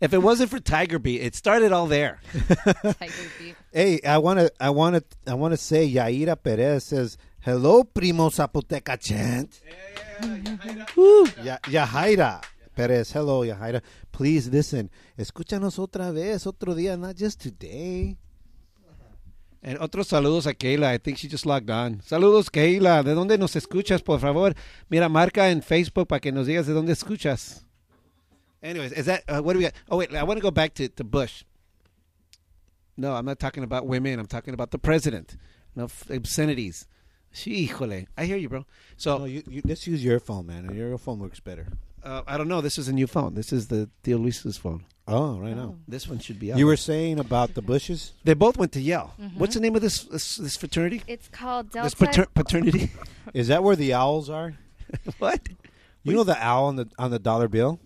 S2: if it wasn't for Tiger Beat, it started all there.
S4: Tiger Beat.
S3: Hey, I wanna, I wanna, I wanna say Yaira Perez says hello, primo Zapoteca chant. Ya, Yahaira Perez, hello, Yahaira. Please listen. Escúchanos otra vez, otro día, not just today.
S2: And Eh, otros saludos a Kayla. I think she just logged on. Saludos, Kayla. ¿De dónde nos escuchas, por favor? Mira, marca en Facebook para que nos digas de dónde escuchas. Anyways, is that uh, what do we got? Oh wait, I want to go back to to Bush. No, I'm not talking about women. I'm talking about the president. No f- obscenities. Sí, híjole. I hear you, bro. So
S3: No, you, you, let's use your phone, man. Your phone works better.
S2: uh, I don't know. This is a new phone. This is the Theo Luis's phone.
S3: Oh, right now.
S2: This one should be. Out.
S3: Oh. You were saying about the bushes.
S2: They both went to Yale. What's the name of this this, this fraternity?
S4: It's called
S2: This
S4: Delta.
S2: pater- paternity.
S3: Is that where the owls are?
S2: what?
S3: You know the owl on the on the dollar bill.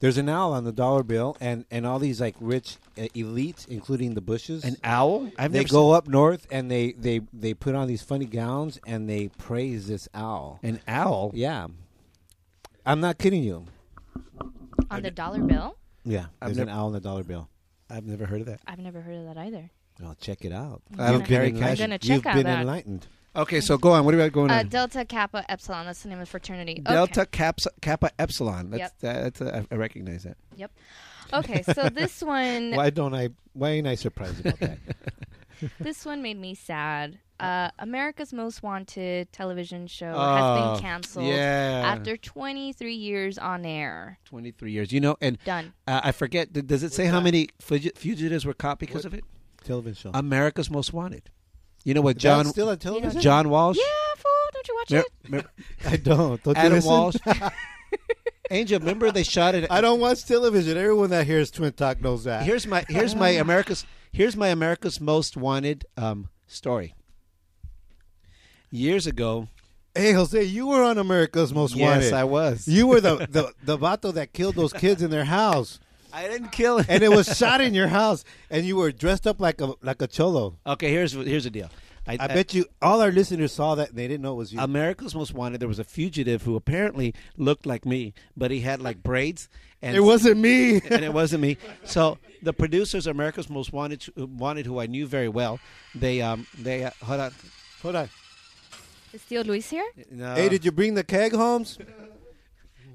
S3: There's an owl on the dollar bill, and and all these like rich uh, elites, including the bushes.
S2: An owl? I've
S3: they
S2: never
S3: go up north and they they they put on these funny gowns and they praise this owl.
S2: An owl?
S3: Yeah, I'm not kidding you.
S4: on the dollar bill.
S3: Yeah,
S2: I've
S3: there's an
S2: never-
S3: owl on the dollar bill.
S2: I've never heard of that.
S4: I've never heard of that either.
S3: Well, check it out.
S2: I don't
S4: gonna-
S2: carry
S4: I'm
S2: cash.
S4: gonna
S3: You've
S4: check out
S3: been
S4: that.
S3: enlightened.
S2: Okay, so go on. What about going
S4: Uh,
S2: on?
S4: Delta Kappa Epsilon. That's the name of the fraternity. Okay.
S2: Delta Caps, Kappa Epsilon. That's that's uh, I I recognize that.
S4: Yep. Okay, so this one,
S3: Why don't I? Why ain't I surprised about that?
S4: this one made me sad. Uh, America's Most Wanted television show has
S2: Oh,
S4: been canceled
S2: yeah.
S4: after 23 years on air.
S2: Twenty three years. You know, and
S4: Done.
S2: uh, I forget. th- Does it say how many fugi- fugitives were caught because of it?
S3: television show.
S2: America's Most Wanted. You know what,
S3: That's
S2: John?
S3: still a television.
S2: John Walsh.
S4: Yeah, fool! Don't you watch
S2: Me-
S4: it?
S2: me-
S3: I don't. Don't you
S2: Adam
S3: listen?
S2: Walsh. Angel, remember they shot it.
S3: I don't watch television. Everyone that hears Twin Talk knows that.
S2: Here's my here's my America's here's my America's Most Wanted um, story. Years ago,
S3: Hey, Jose, you were on America's Most Wanted.
S2: Yes, I was.
S3: You were the, the, the vato that killed those kids in their house.
S2: I didn't kill it.
S3: And it was shot in your house. And you were dressed up like a like a cholo.
S2: Okay, here's here's the deal.
S3: I bet you all our listeners saw that and they didn't know it was you.
S2: America's Most Wanted. There was a fugitive who apparently looked like me, but he had like braids. And
S3: it wasn't me.
S2: and it wasn't me. So the producers, of America's Most Wanted, wanted who I knew very well. They um they uh, hold on.
S3: Hold on.
S4: Is Theo Luis here?
S2: No.
S3: hey, did you bring the keg, Holmes?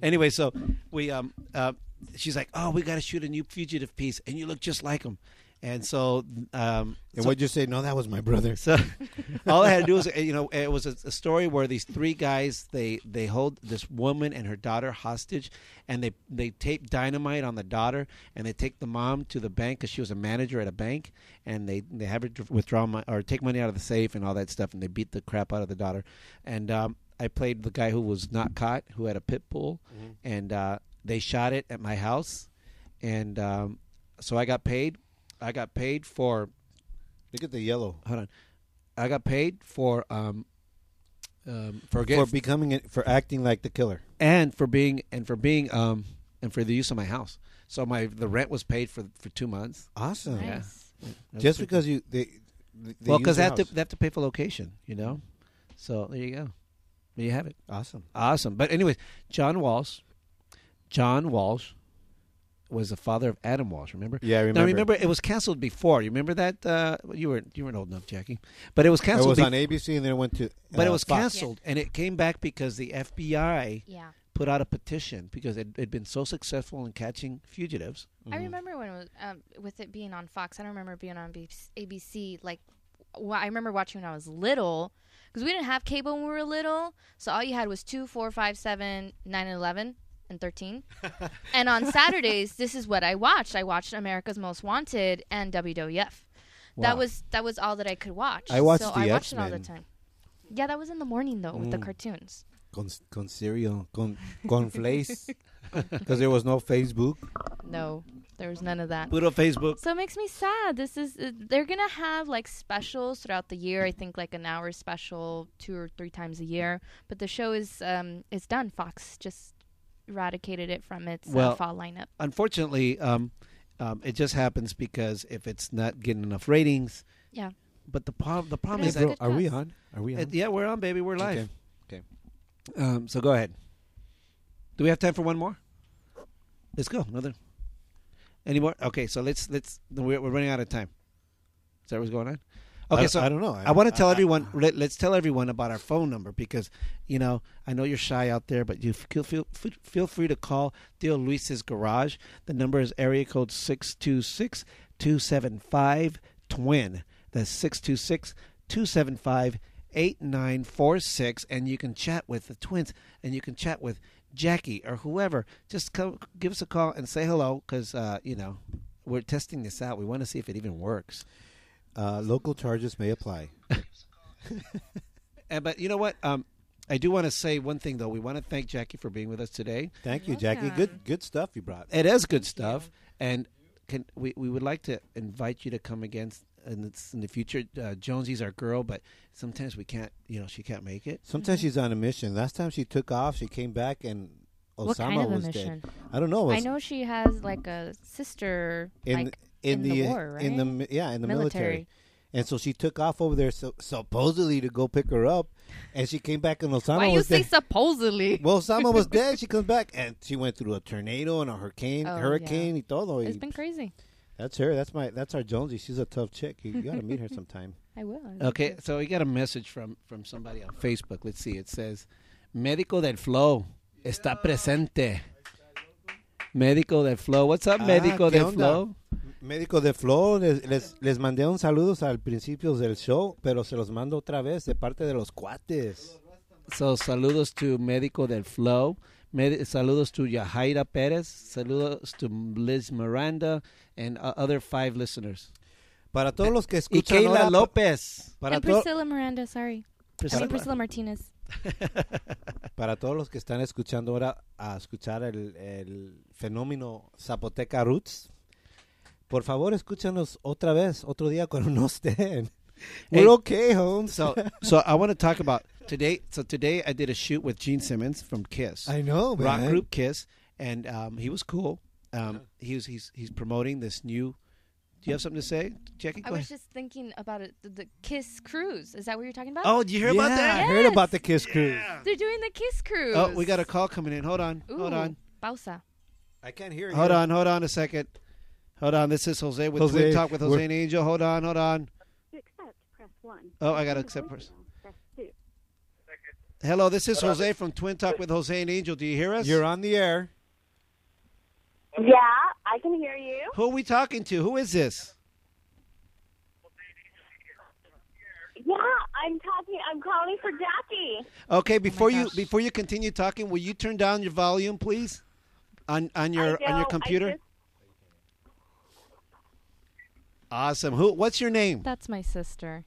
S2: Anyway, so we um uh, she's like, oh, we got to shoot a new fugitive piece, and you look just like him. And so um so-
S3: And what'd you say? No, that was my brother.
S2: So all I had to do was, uh, you know, it was a, a story where these three guys they they hold this woman and her daughter hostage, and they they tape dynamite on the daughter, and they take the mom to the bank because she was a manager at a bank, and they they have her dr- withdraw mon- or take money out of the safe and all that stuff, and they beat the crap out of the daughter, and um, I played the guy who was not caught, who had a pit bull, and uh, they shot it at my house, and um, so I got paid. I got paid for
S3: Look at the yellow.
S2: hold on. I got paid for um, um for,
S3: For becoming it, for acting like the killer.
S2: and for being and for being um and for the use of my house. So my the rent was paid for for two months.
S3: Awesome.
S4: Nice.
S3: Just because you they, they
S2: well, because
S3: used
S2: they
S3: your
S2: have to
S3: house.
S2: they have to pay for location, you know. So there you go. There you have it.
S3: awesome.
S2: Awesome. But anyways, John Walsh, John Walsh was the father of Adam Walsh. Remember?
S3: Yeah, I
S2: Now
S3: remember.
S2: remember, it was canceled before. You remember that? Uh, you were you weren't old enough, Jackie. But it was
S3: It
S2: canceled.
S3: was
S2: be-
S3: on ABC and then it went to.
S2: but it
S3: uh,
S2: was
S3: Fox.
S2: canceled, and it came back because the FBI
S4: Yeah.
S2: put out a petition because it had been so successful in catching fugitives.
S4: I
S3: Mm-hmm.
S4: remember when it was, um, with it being on Fox. I don't remember it being on BBC, ABC. Like, well, I remember watching when I was little because we didn't have cable when we were little. So all you had was two, four, five, seven, nine, and eleven, and thirteen. and on Saturdays, this is what I watched. I watched America's Most Wanted and WWF.
S2: Wow.
S4: That was that was all that I could watch.
S3: I watched
S4: so
S3: the
S4: I watched it all the
S3: X-Men. Mm.
S4: time. Yeah, that was in the morning though with the cartoons.
S3: Con, con cereal, con, con flakes.
S4: Exactly.
S3: because there was no Facebook.
S4: no, there was none of that.
S2: Put on Facebook.
S4: So it makes me sad. This is uh, they're gonna have like specials throughout the year. I think like an hour special, two or three times a year. But the show is um is done. Fox just eradicated it from its
S2: Well-
S4: uh, fall lineup.
S2: Unfortunately, um, um, it just happens because if it's not getting enough ratings,
S4: Yeah.
S2: but the problem the problem
S4: Hey,
S2: is
S4: bro,
S2: that
S4: are we on?
S3: Are we
S2: uh, yeah, we're on, baby, we're live.
S3: Okay.
S2: Um, so go ahead. Do we have time for one more? Let's go. Another. Any more? Okay, so let's let's we're, we're running out of time. Is that what's going on? Okay,
S3: I-
S2: so
S3: I don't know.
S2: I,
S3: I-
S2: want to
S3: I-
S2: tell
S3: I-
S2: everyone. let, us tell everyone about our phone number because you know I know you're shy out there, but you f- feel feel f- feel free to call Theo Luis's garage. The number is area code 626 275 twin. That's 626 275 8946 and you can chat with the twins and you can chat with Jackie or whoever just come give us a call and say hello cuz uh, you know we're testing this out we want to see if it even works
S3: Uh, local charges may apply.
S2: Uh, but you know what? Um, I do want to say one thing though. We want to thank Jackie for being with us today.
S3: Thank you, Jackie. Good good stuff you brought.
S2: It is good stuff, and can we, we would like to invite you to come again s- in, it's in the future. Uh, Jonesy's our girl, but sometimes we can't. You know, she can't make it.
S3: Sometimes
S4: Mm-hmm.
S3: she's on a mission. Last time she took off, she came back and Osama
S4: What kind of a
S3: was
S4: mission?
S3: dead. I don't know.
S4: I
S3: It's
S4: know she has like a sister
S3: in
S4: like
S3: in, the,
S4: war, right?
S3: in the mi- yeah in the military.
S4: Military.
S3: And so she took off over there, so, supposedly to go pick her up, and she came back and Osama
S4: Why you
S3: was
S4: say
S3: dead.
S4: supposedly?
S3: well, Osama was dead. She comes back and she went through a tornado and a hurricane,
S4: Oh,
S3: hurricane, y todo.
S4: it's
S3: y-
S4: been crazy.
S3: That's her. That's my. That's our Jonesy. She's a tough chick. You, you got to meet her sometime.
S4: I will. I will
S2: Okay,
S3: Mm-hmm.
S4: do.
S2: so we got a message from from somebody on Facebook. Let's see. It says, "Médico del Flow está presente." Médico del Flow. What's up,
S3: Ah,
S2: Médico
S3: ¿qué
S2: del
S3: onda?
S2: Flow?
S3: Médico de Flow, les, les, les mandé un saludos al principio del show, pero se los mando otra vez de parte de los cuates.
S2: So, saludos to Médico del Flow. Med- saludos to Yahaira Perez. Saludos to Liz Miranda and uh, other five listeners.
S3: Para todos los que
S2: Y
S3: escuchan
S2: Keila
S3: ahora,
S2: Lopez.
S3: para,
S4: and
S3: to-
S4: Priscilla Miranda, sorry. I mean Priscilla Martinez.
S3: para todos los que están escuchando ahora a escuchar el, el fenómeno Zapoteca Roots, por favor escúchanos otra vez, otro día cuando no estén.
S2: Hey.
S3: We're okay, Holmes.
S2: So, so I want to talk about today. So today I did a shoot with Gene Simmons from Kiss.
S3: I know, man.
S2: rock group Kiss, and um, he was cool. Um, he was he's he's promoting this new. Do you have something to say, Jackie?
S4: I
S2: Go
S4: was
S2: ahead.
S4: just thinking about it. The, the Kiss Cruise. Is that what you're talking about?
S2: Oh, did you hear about
S3: Yeah,
S2: that?
S3: I heard about
S4: Yes.
S3: the Kiss Cruise.
S4: They're doing the Kiss Cruise.
S2: Oh, we got a call coming in. Hold on,
S4: Ooh,
S2: hold on,
S4: Bausa.
S3: I can't hear you.
S2: hold on, hold on a second. Hold on, this is Jose with
S3: Jose,
S2: Twin Talk with Jose
S3: we're-
S2: and Angel. Hold on, hold on.
S5: To accept, press one.
S2: Oh, I gotta accept first.
S5: Press two.
S2: Hello, this is Jose from Twin Talk with Jose and Angel. Do you hear us?
S3: You're on the air.
S5: Yeah, I can hear you.
S2: Who are we talking to? Who is this?
S5: Yeah, I'm talking. I'm calling for Jackie.
S2: Okay, before you
S4: gosh.
S2: before you continue talking, will you turn down your volume, please, on on
S5: I
S2: your on
S5: know,
S2: your
S5: I
S2: computer?
S5: just-
S2: Awesome. Who? What's your name?
S4: That's my sister,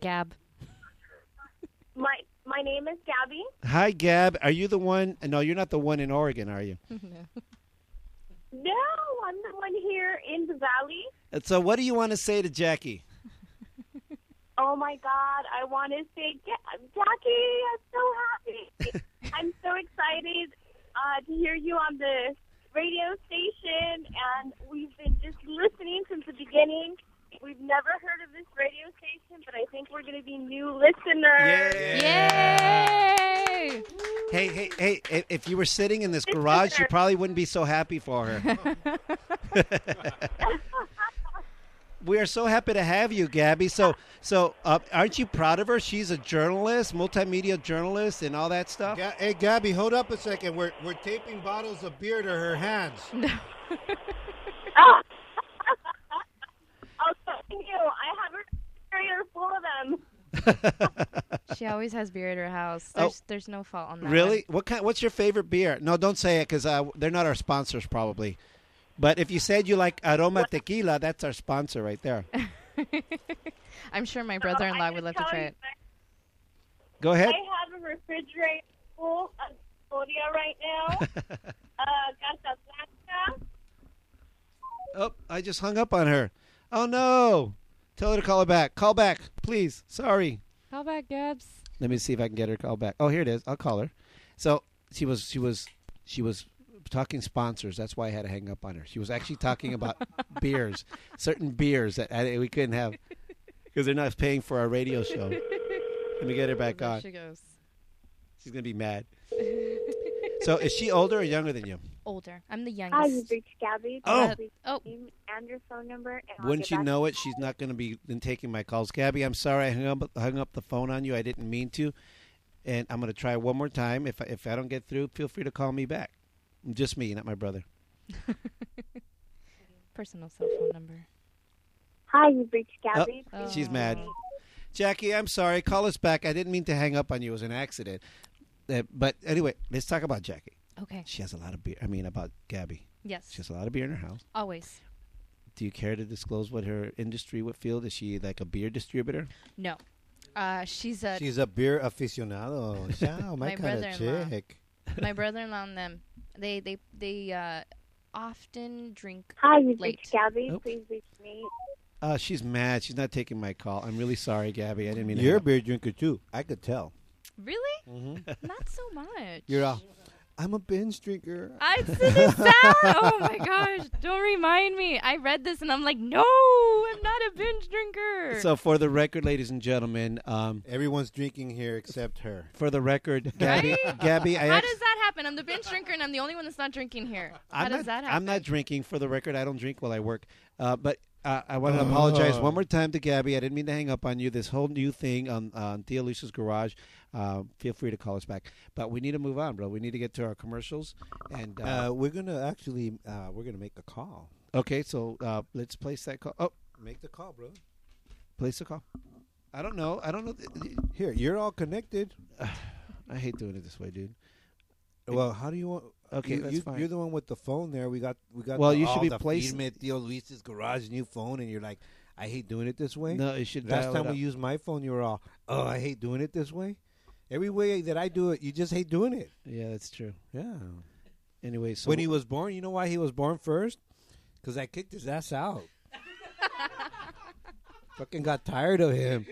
S4: Gab.
S5: my my name is Gabby.
S2: Hi, Gab. Are you the one? No, you're not the one in Oregon, are you?
S5: No, I'm the one here in the valley.
S2: And so, what do you want to say to Jackie?
S5: Oh my God, I want to say Ja- Jackie. I'm so happy. I'm so excited uh, to hear you on the radio station, and we've been just listening since the beginning. We've never heard of this radio station, but I think we're going to be new listeners.
S4: Yay!
S2: Hey, hey, hey! i- If you were sitting in this garage, you probably wouldn't be so happy for her. we are so happy to have you, Gabby. So, so uh, aren't you proud of her? She's a journalist, multimedia journalist, and all that stuff.
S3: Ga- hey, Gabby, hold up a second. We're we're taping bottles of beer to her hands.
S5: Ah. Oh, thank you. I have a carrier full of them.
S4: She always has beer at her house.
S2: Oh.
S4: There's, there's no fault on that.
S2: Really? What kind? What's your favorite beer? No, don't say it because uh, they're not our sponsors, probably. But if you said you like Aroma Tequila, that's our sponsor right there.
S4: one. I'm sure my brother-in-law would love to try it.
S2: Go
S5: I
S2: ahead.
S5: have a refrigerator full of Concordia right now, uh, Casablanca.
S2: Oh, I just hung up on her. Oh no! Tell her to call her back. Call back, please. Sorry.
S4: How about Gabs?
S2: Let me see if I can get her to call back. Oh, here it is. I'll call her. So she was she was she was talking sponsors. That's why I had to hang up on her. She was actually talking about beers, certain beers that I, we couldn't have because they're not paying for our radio show. Let me get her back
S4: There
S2: on.
S4: she goes.
S2: She's gonna be mad. So is she older or younger than you?
S4: Older. I'm the
S5: Hi, you've
S4: youngest.
S5: reached Gabby.
S2: Oh.
S5: Please
S4: Oh,
S5: name and your phone number. And I'll
S2: Wouldn't
S5: get
S2: you
S5: back
S2: know it? She's not going to be taking my calls. Gabby, I'm sorry I hung up, hung up the phone on you. I didn't mean to. And I'm going to try one more time. If I, if I don't get through, feel free to call me back. Just me, not my brother.
S4: personal cell phone number.
S5: Hi, you've reached Gabby.
S4: Oh.
S2: She's mad. Jackie, I'm sorry. Call us back. I didn't mean to hang up on you. It was an accident. Uh, but anyway, let's talk about Jackie.
S4: Okay.
S2: She has a lot of beer. I mean, about Gabby.
S4: Yes.
S2: She has a lot of beer in her house.
S4: Always.
S2: Do you care to disclose what her industry, what field? Is she like a beer distributor?
S4: No. Uh, she's a
S3: She's a beer aficionado. Wow, my,
S4: My
S3: kind of
S4: brother-in-law.
S3: chick.
S4: my brother-in-law and them. They they they uh, often drink.
S5: Hi, you've
S4: Late.
S5: reached Gabby.
S2: Nope.
S5: Please reach me.
S2: Uh, she's mad. She's not taking my call. I'm really sorry, Gabby. I didn't mean to hang
S3: You're a
S2: up.
S3: beer drinker too. I could tell.
S4: Really?
S2: Mm-hmm.
S4: Not so much.
S3: You're all. I'm a binge drinker.
S4: I said this out. Oh my gosh! Don't remind me. I read this and I'm like, no, I'm not a binge drinker.
S2: So, for the record, ladies and gentlemen, um,
S3: Everyone's drinking here except her.
S2: for the record, Gabby,
S4: Right?
S2: Gabby, I
S4: How
S2: ex-
S4: does that happen? I'm the binge drinker and I'm the only one that's not drinking here. How
S2: I'm
S4: does
S2: not,
S4: that happen?
S2: I'm not drinking. For the record, I don't drink while I work. Uh, but uh, I want to apologize
S3: Oh.
S2: one more time to Gabby. I didn't mean to hang up on you. This whole new thing on, on Thea Lucia's Garage. Uh, feel free to call us back. But we need to move on, bro. We need to get to our commercials. And uh,
S3: Uh, we're gonna actually, uh, we're gonna make a call.
S2: okay, so uh, let's place that call. Oh,
S3: Make the call, bro.
S2: place the call. I don't know. I don't know. th-
S3: Here, you're all connected.
S2: I hate doing it this way, dude.
S3: Well, how do you want?
S2: Okay,
S3: you,
S2: that's
S3: you,
S2: fine.
S3: You're the one with the phone there. We got, we got.
S2: Well,
S3: the,
S2: you should
S3: all
S2: be
S3: the
S2: placing-
S3: Firme Theo Luis's garage new phone, and you're like, I hate doing it this way.
S2: No, it should.
S3: Last
S2: dial it
S3: time we
S2: up.
S3: used my phone, you were all, oh, I hate doing it this way. Every way that I do it, you just hate doing it.
S2: Yeah, that's true.
S3: Yeah.
S2: Anyway, so
S3: when he was born, you know why he was born first? Because I kicked his ass out. Fucking got tired of him.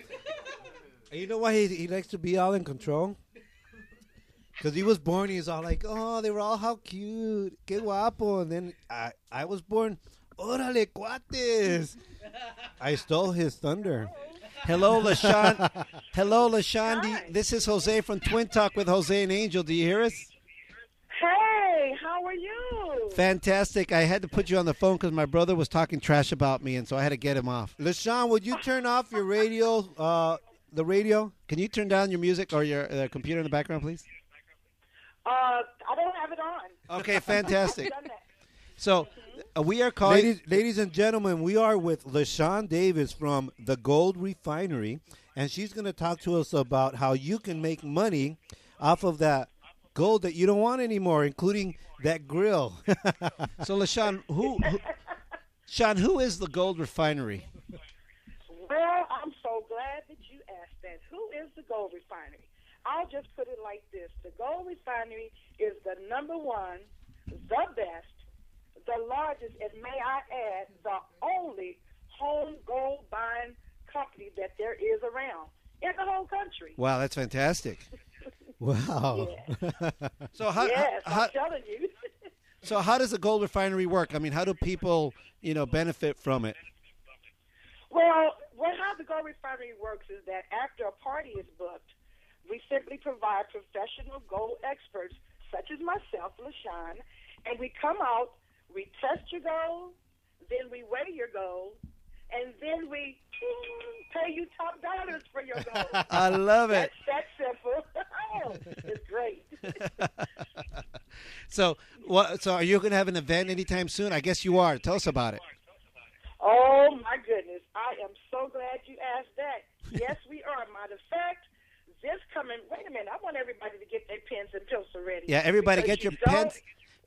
S3: And you know why he, he likes to be all in control? Because he was born, he was all like, oh, they were all how cute. Que guapo. And then I, I was born, órale, cuates. I stole his thunder.
S2: hello, Lashawn. hello, Lashawn. Do you- This is Jose from Twin Talk with Jose and Angel. Do you hear us?
S5: Hey, how are you?
S2: Fantastic. I had to put you on the phone because my brother was talking trash about me, and so I had to get him off.
S3: LaShawn, would you turn off your radio? Uh, the radio?
S2: Can you turn down your music or your uh, computer in the background, please?
S5: Uh, I don't have it on.
S2: Okay, fantastic.
S5: Done that.
S2: So uh, we are calling.
S3: Ladies, ladies and gentlemen, we are with LaShawn Davis from the Gold Refinery, and she's going to talk to us about how you can make money off of that gold that you don't want anymore, including that grill.
S2: So, Lashawn, who, who, Sean, who is the Gold Refinery?
S6: Well, I'm so glad that you asked that. Who is the gold refinery? I'll just put it like this the gold refinery is the number one, the best, the largest, and may I add, the only home gold buying company that there is around in the whole country.
S2: Wow, that's fantastic.
S3: wow.
S2: So how,
S6: Yes,
S2: how, how
S6: I'm telling you.
S2: So how does the gold refinery work? I mean, how do people, you know, benefit from it?
S6: Well, well, how the Gold Refinery works is that after a party is booked, we simply provide professional gold experts such as myself, LaShawn, and we come out, we test your gold, then we weigh your gold, and then we pay you top dollars for your gold.
S2: I love
S6: That's that simple. Oh, it's great.
S2: So, what, so are you going to have an event anytime soon? I guess you are. Tell us about it.
S6: Oh my goodness! I am so glad you asked that. Yes, we are. Matter of fact, this coming. Wait a minute! I want everybody to get their pens and pencils ready.
S2: Yeah, everybody,
S6: Because
S2: get your
S6: you don't-
S2: pens,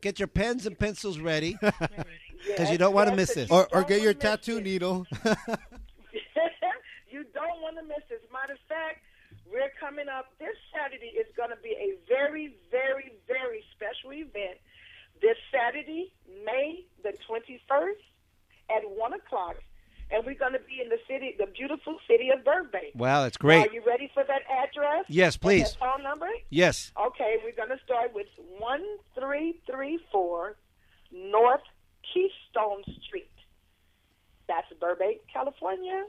S2: get your pens and pencils ready.
S6: Yes,
S2: you don't wanna
S6: yes,
S2: miss this.
S6: because you
S3: Or, or
S6: don't
S3: get your
S6: wanna miss
S3: tattoo
S6: it.
S3: needle.
S6: you don't want to miss this. Matter of fact, we're We're coming up this Saturday is going to be a very, very, very special event. This Saturday, May the 21st at 1 o'clock. And we're going to be in the city, the beautiful city of Burbank.
S2: Wow, that's great.
S6: Are you ready for that address?
S2: Yes,
S6: And
S2: please.
S6: that phone number?
S2: Yes.
S6: Okay, we're going to start with 1334 North Keystone Street. That's Burbank, California.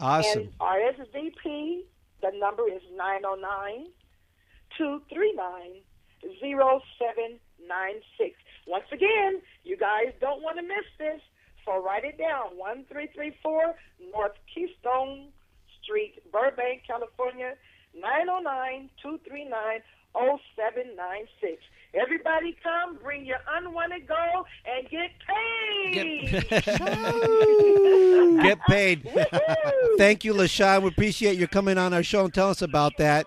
S2: Awesome.
S6: And RSVP, the number is 909 239 0796. Once again, you guys don't want to miss this, so write it down 1334 North Keystone Street, Burbank, California, 909 239 0796. Everybody come, bring your unwanted goal, and get paid.
S2: Get paid.
S6: Woo!
S2: Thank you, LaShawn. We appreciate you coming on our show and telling us about that.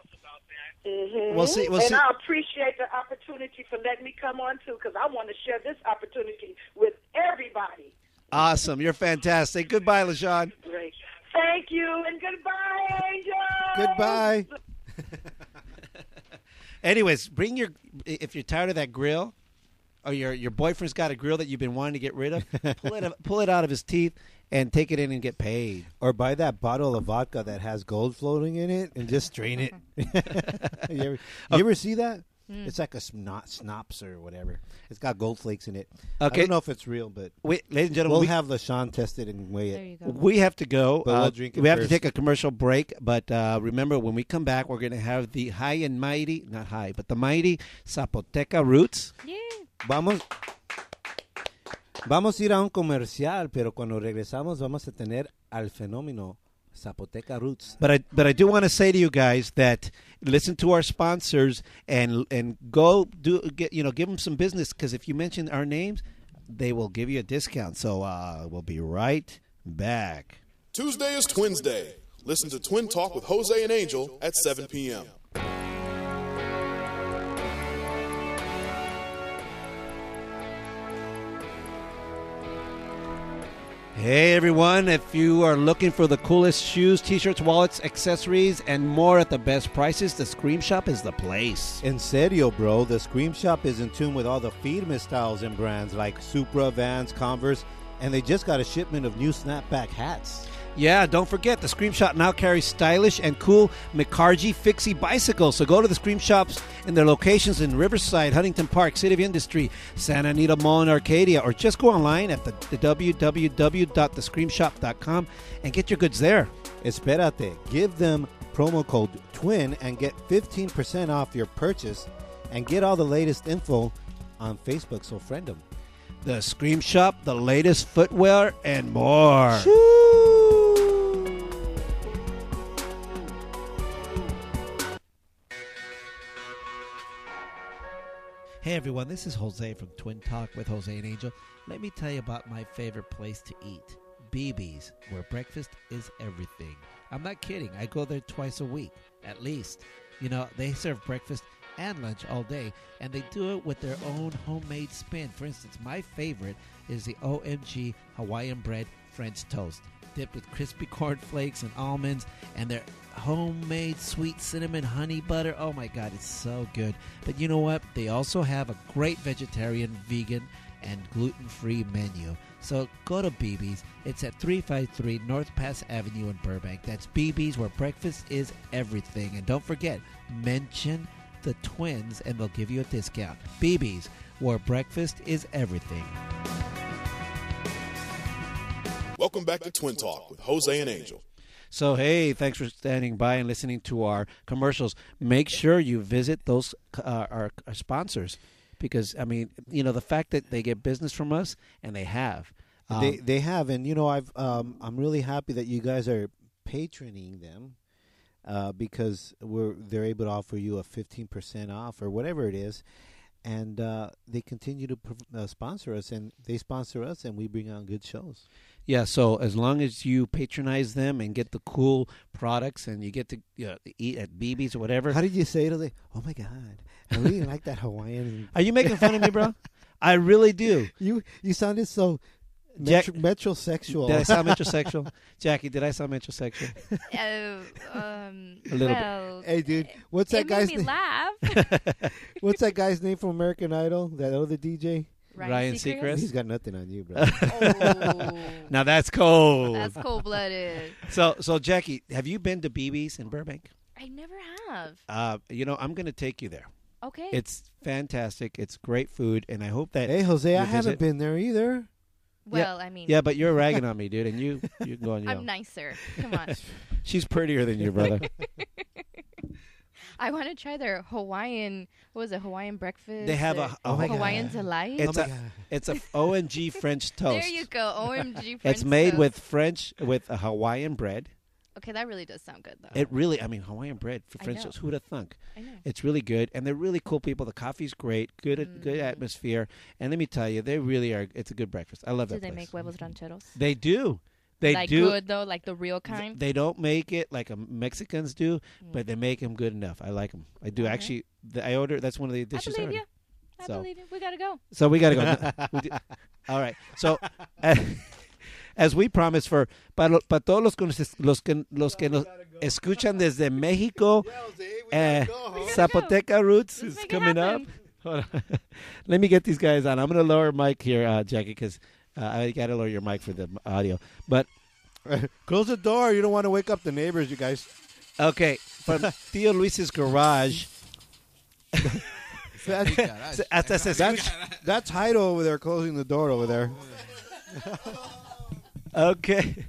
S6: Mhm.
S2: We'll see- we'll
S6: and
S2: see-
S6: I appreciate the opportunity for letting me come on too, because I want to share this opportunity with everybody.
S2: Awesome. You're fantastic. Goodbye, LaShawn.
S6: Great. Thank you, and goodbye, Angel.
S3: Goodbye.
S2: Anyways, bring your if you're tired of that grill, or your your boyfriend's got a grill that you've been wanting to get rid of. pull it pull it out of his teeth and take it in and get paid.
S3: Or buy that bottle of vodka that has gold floating in it and just strain it. you ever, you ever see that? It's like a snot, snops or whatever. It's got gold flakes in it. I
S2: Okay.
S3: don't know if it's real, but
S2: Wait, ladies and
S3: we'll
S2: gentlemen,
S3: have LaShawn test it and weigh
S4: There you
S3: it.
S4: go.
S2: we, we have to go. uh,
S3: But we'll drink it
S2: we have
S3: first.
S2: to take a commercial break. But uh, remember, when we come back, we're going to have the high and mighty, not high, but the mighty Zapoteca roots.
S4: Yeah.
S3: Vamos. Vamos a ir a un comercial, pero cuando regresamos vamos a tener al fenómeno Zapoteca Roots.
S2: But I but I do want to say to you guys that listen to our sponsors and and go do get you know give them some business because if you mention our names, they will give you a discount. So uh, we'll be right back.
S1: Tuesday is Twins Day. Listen to Twin Talk with Jose and Angel at 7 p.m.
S2: Hey everyone, if you are looking for the coolest shoes, t-shirts, wallets, accessories, and more at the best prices, the Scream Shop is the place.
S3: En serio, bro, the Scream Shop is in tune with all the Firme styles and brands like Supra, Vans, Converse, and they just got a shipment of new snapback hats.
S2: Yeah, don't forget the Scream Shop now carries stylish and cool McCargy Fixie bicycles. So go to the Scream Shops and their locations in Riverside, Huntington Park, City of Industry, Santa Anita Mall, and Arcadia, or just go online at the, the www.thescreamshop.com and get your goods there.
S3: Esperate, give them promo code TWIN and get 15% off your purchase and get all the latest info on Facebook, so friend them.
S2: The Scream Shop, the latest footwear, and more. Hey everyone, this is Jose from Twin Talk with Jose and Angel. Let me tell you about my favorite place to eat BB's, where breakfast is everything. I'm not kidding, I go there twice a week, at least. You know, they serve breakfast and lunch all day, and they do it with their own homemade spin. For instance, my favorite is the OMG Hawaiian bread French toast, dipped with crispy cornflakes and almonds, and their homemade sweet cinnamon honey butter. Oh my god, it's so good. But you know what? They also have a great vegetarian, vegan, and gluten free menu. So go to BB's. It's at 353 North Pass Avenue in Burbank. That's BB's where breakfast is everything. And don't forget, mention the twins and they'll give you a discount. BB's where breakfast is everything.
S1: Welcome back to Twin Talk with Jose and Angel.
S2: So, hey, thanks for standing by and listening to our commercials. Make sure you visit those uh, our, our sponsors because, I mean, you know, the fact that they get business from us and they have. Um,
S3: they they have, and you know, I've um, I'm really happy that you guys are patroning them uh, because we're they're able to offer you a fifteen percent off or whatever it is, and uh, they continue to prov- uh, sponsor us, and they sponsor us, and we bring on good shows.
S2: yeah, so as long as you patronize them and get the cool products and you get to you know, eat at BB's or whatever.
S3: How did you say it? Like, oh my god, I really like that Hawaiian.
S2: Are you making fun of me, bro? I really do.
S3: You you sounded so
S2: Jack-
S3: Metro, metrosexual.
S2: Did I sound metrosexual? Jackie, did I sound metrosexual?
S4: Uh, um,
S2: A little bit.
S4: well,
S3: hey, dude, what's that
S4: it
S3: guy's
S4: made
S3: name?
S4: me laugh.
S3: What's that guy's name from American Idol? That other DJ?
S2: Ryan
S3: He's
S2: Seacrest?
S3: got nothing on you, bro.
S4: Oh,
S2: Now that's cold.
S4: that's cold blooded.
S2: so, so Jackie, have you been to BB's in Burbank?
S4: I never have.
S2: Uh, you know, I'm going to take you there.
S4: Okay.
S2: It's fantastic. It's great food, and I hope that.
S3: hey, Jose, I
S2: You
S3: haven't
S2: visit-
S3: been there either.
S4: well, I mean,
S2: Yeah, but you're ragging on me, dude, and you you can go on your
S4: I'm
S2: own.
S4: nicer. Come on.
S2: She's prettier than your brother.
S4: I want to try their Hawaiian. What was it? Hawaiian breakfast.
S2: They have a,
S4: or
S2: a
S3: my God.
S4: Hawaiian delight.
S2: Oh It's
S3: Oh my
S2: a
S3: God.
S2: it's a ONG French toast.
S4: there you go. OMG. French
S2: It's made
S4: toast.
S2: with French with a Hawaiian bread.
S4: Okay, that really does sound good though.
S2: It really, I mean, Hawaiian bread for
S4: Oh. I
S2: French
S4: know.
S2: toast. Who'd have thunk?
S4: I know.
S2: It's really good, and they're really cool people. The coffee's great, good, good
S4: Mm.
S2: atmosphere, and let me tell you, they really are. It's a good breakfast. I love
S4: Do
S2: that
S4: they
S2: place.
S4: make huevos rancheros?
S2: They do. They
S4: like
S2: do.
S4: good though, like the real
S2: Th-
S4: kind.
S2: They don't make it like um, Mexicans do, but they make them good enough. I like them. I do
S4: Mm. Okay.
S2: actually. The, I order. That's one of the
S4: I
S2: dishes.
S4: believe
S2: order.
S4: you. I
S2: So-
S4: believe you. We gotta go.
S2: So we got to go. We do- All right. So, uh, as we promised for para, lo- para todos los que nos, es- los que, los que nos escuchan desde México, uh, Zapoteca Roots is
S4: Let's make it
S2: coming up.
S4: happen.
S2: Hold on. Let me get these guys on. I'm going to lower mic here, uh, Jackie, because uh, I got to lower your mic for the audio. But
S3: Close the door. You don't want to wake up the neighbors, you guys.
S2: okay, from Tio Luis's garage.
S3: That's,
S2: Se- Hasta se
S3: that's,
S2: escucha.
S3: that's Heido over there closing the door over there.
S2: Okay.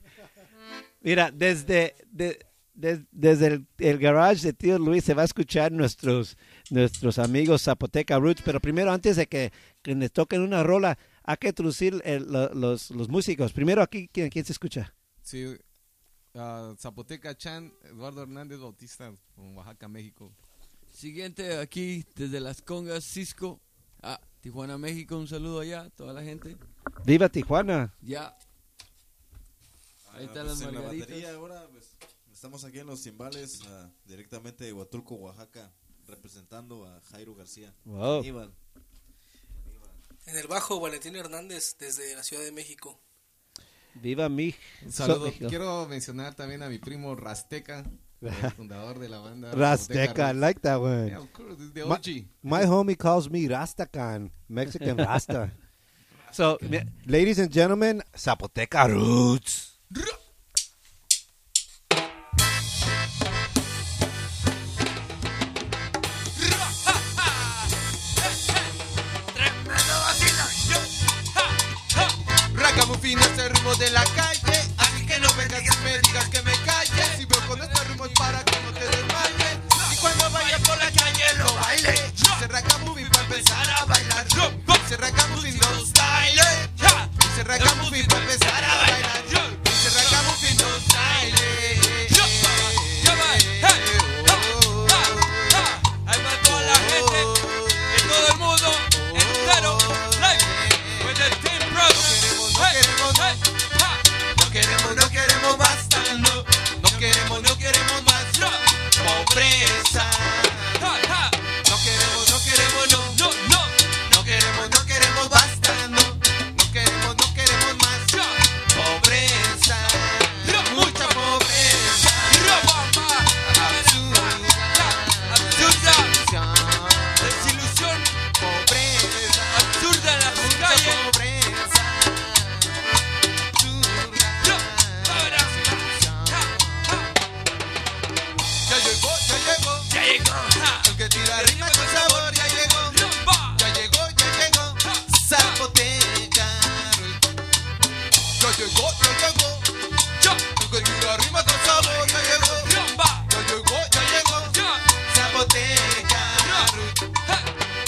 S2: Mira, desde, de- des- desde el, el garage de tío Luis se va a escuchar nuestros, nuestros amigos Zapoteca Roots, pero primero antes de que, que nos toquen una rola, hay que introducir el- lo- los, los músicos. Primero aquí, ¿quién, quién se escucha?
S7: Sí, ah, Zapoteca Chan, Eduardo Hernández Bautista, con Oaxaca, México.
S8: Siguiente aquí desde las congas Cisco a Tijuana, México. Un saludo allá, toda la gente.
S2: Viva Tijuana.
S8: Ya.
S9: Ah,
S8: Ahí están
S9: pues,
S8: las
S9: en la batería
S8: margaritas.
S9: ahora, pues, estamos aquí en los timbales, ah, directamente de Huatulco, Oaxaca, representando a Jairo García.
S2: Wow.
S9: Aníbal.
S10: En el bajo, Valentín Hernández, desde la Ciudad de México.
S2: Viva mi.
S7: Un
S2: so-
S7: saludo.
S2: México.
S7: Quiero mencionar también a mi primo Rasteca, el fundador de la banda.
S3: Rasteca. I
S7: Roots.
S3: like that
S7: Yeah,
S3: one.
S7: of course, it's the
S3: Ma-
S7: OG.
S3: My homie calls me Rastakan, Mexican Rasta.
S2: So, mi-
S3: Ladies and gentlemen, Zapoteca Roots.
S11: Ragamuffin es el ritmo de la calle Así que no vengas y me digas que me calle Si veo con estos ritmos es para que no te desmayes Y cuando vaya por la calle lo baile Dice Ragamuffin para empezar a bailar Dice Ragamuffin no style Dice Ragamuffin para empezar a bailar Dice Ragamuffin no
S8: Ya va, hey.
S11: style
S8: Ja, ja. Ahí va toda la gente de todo el mundo entero. Live with the team brothers.
S11: No
S8: Hey,
S11: queremos, no
S8: hey, ja.
S11: No queremos, no queremos basta, no. No queremos, no queremos más no. pobreza.
S8: Ja, ja.
S11: No queremos, no queremos, no.
S8: No, no.
S11: No queremos, no queremos basta, no. No queremos, no queremos más no. pobreza. Mucha pobreza.
S8: Roba,
S11: Absurda,
S8: Absurda.
S11: absurda,
S8: Desilusión
S11: pobreza.
S8: absurda en las calles.
S11: Pobreza. Absurda. Ya llegó, ya llegó.
S8: Ya llegó, ja.
S11: El que tira rima con sabor ya llegó,
S8: Rumba.
S11: ya llegó, ya llegó, Zapoteca. Ya llegó, ya llegó,
S8: Yo,
S11: el que tira rima con sabor ya llegó,
S8: rumba.
S11: ya llegó, ya llegó,
S8: Yo,
S11: Zapoteca.
S8: ja.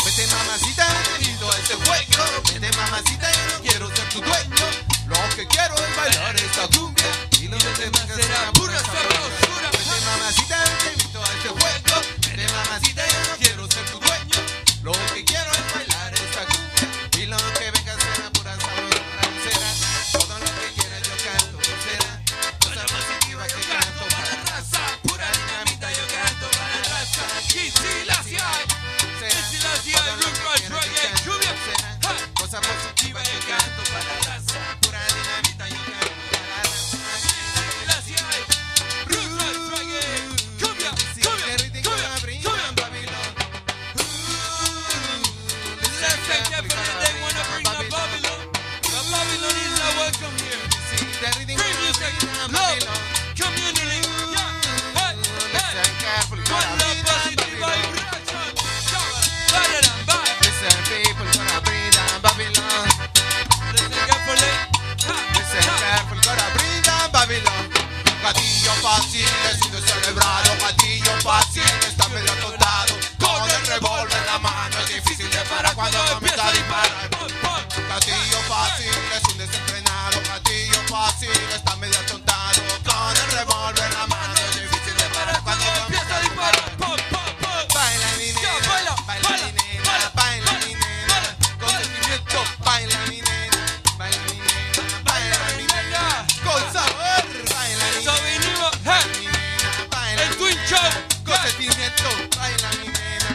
S11: Vete mamacita, bienvenido a este juego. Vete mamacita, yo no quiero ser tu dueño. Lo que quiero es bailar esta cumbia y los demás serán pura sabrosura. Vete mamacita, bienvenido a este juego. Vete mamacita, yo no quiero ser tu dueño. Lo que quiero es bailar esta cumbia y lo que venga será pura sabrosura. Será todo lo que quiera yo canto será cosa positiva que
S8: free music, love, community. Yeah. Hey, hey. Banda positiva y reaction. Yeah. Ba, da, da, ba. Listen carefully. Ha, ha.
S11: Gatillo fácil, decido celebrado. Gatillo fácil, está medio atotado. Con el revólver en la mano es difícil de parar cuando empieza a disparar. Gatillo fácil, es un desenfrenado. Gatillo fácil, está medio atontado. Con el revólver en la mano es difícil de parar cuando empieza a disparar. Baila dinero, baila, baila dinero, baila dinero. Con sentimiento, baila dinero, baila dinero, baila dinero. Con sabor, baila
S8: Eso vinimos, hey. El Twin Show.
S11: Con sentimiento, baila dinero.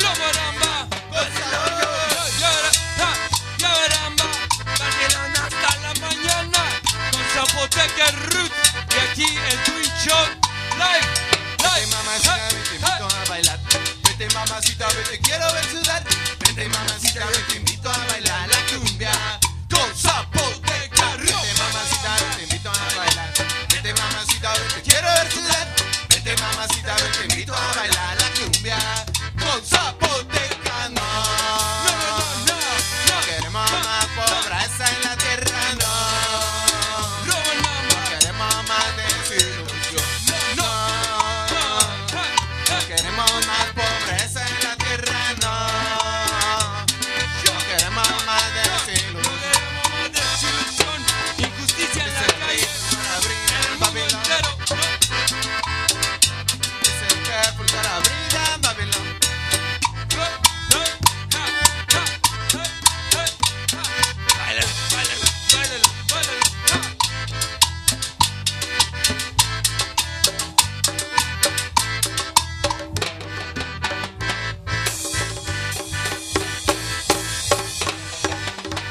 S8: Lobo Ramba. Llora, ja, lloramba. Bailan hasta la mañana. Con Zapoteca Root. Y aquí el Twin Show. Live,
S11: Vete
S8: live.
S11: mamacita, vete te invito a bailar. Vete mamacita, vete quiero ver sudar. Vete mamacita, vete te invito a bailar la cumbia con zapoteca. Vete mamacita, vete te invito a bailar. Vete mamacita, vete quiero ver sudar. Vete mamacita, vete te invito a bailar la cumbia con zapoteca. No, no, no, no. Queremos más pobreza en la tierra. No,
S8: Lobo Ramba.
S11: queremos más desilusión. No, no queremos más pobreza en la tierra. No, no queremos más desilusión.
S8: Injusticia en la calle, en el mundo entero.
S11: Dicen que pulsar abrirá en Babilón.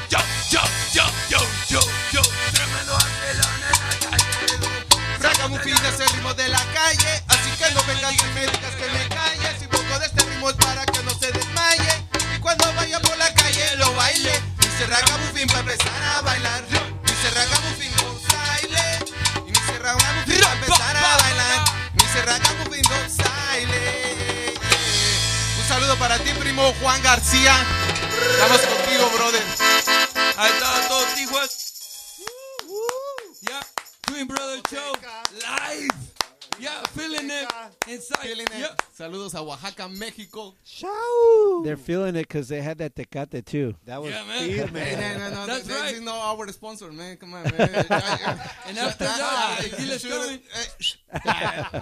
S11: Yo, yo, yo, yo, yo, yo. Tremendo angelón en la calle. Saca un fin de ese ritmo de la calle. Así que no vengas y me digas que me calles. Y poco de este ritmo es para que no se desmaye. Y cuando vaya por la calle lo baile. Y se raga bufín para empezar a bailar. Y se raga bufín con baile. Y se raga bufín para empezar a bailar. Y se raga bufín con baile. Un saludo para ti, primo Juan García. Estamos contigo, brother.
S8: Ahí está todos hijos. Yeah, Twin Brother Show live. Yeah, feeling it inside.
S7: Feeling it.
S8: Yeah.
S7: Saludos a Oaxaca, México.
S2: They're feeling it because they had that Tecate too.
S3: That was
S10: Pues
S8: Yeah, man.
S3: weird,
S7: Hey,
S3: man.
S7: no, no, no,
S8: That's
S7: this
S8: right.
S7: is not our sponsor, man. Come on, man.
S8: And after that, tequila's coming.
S7: Eh,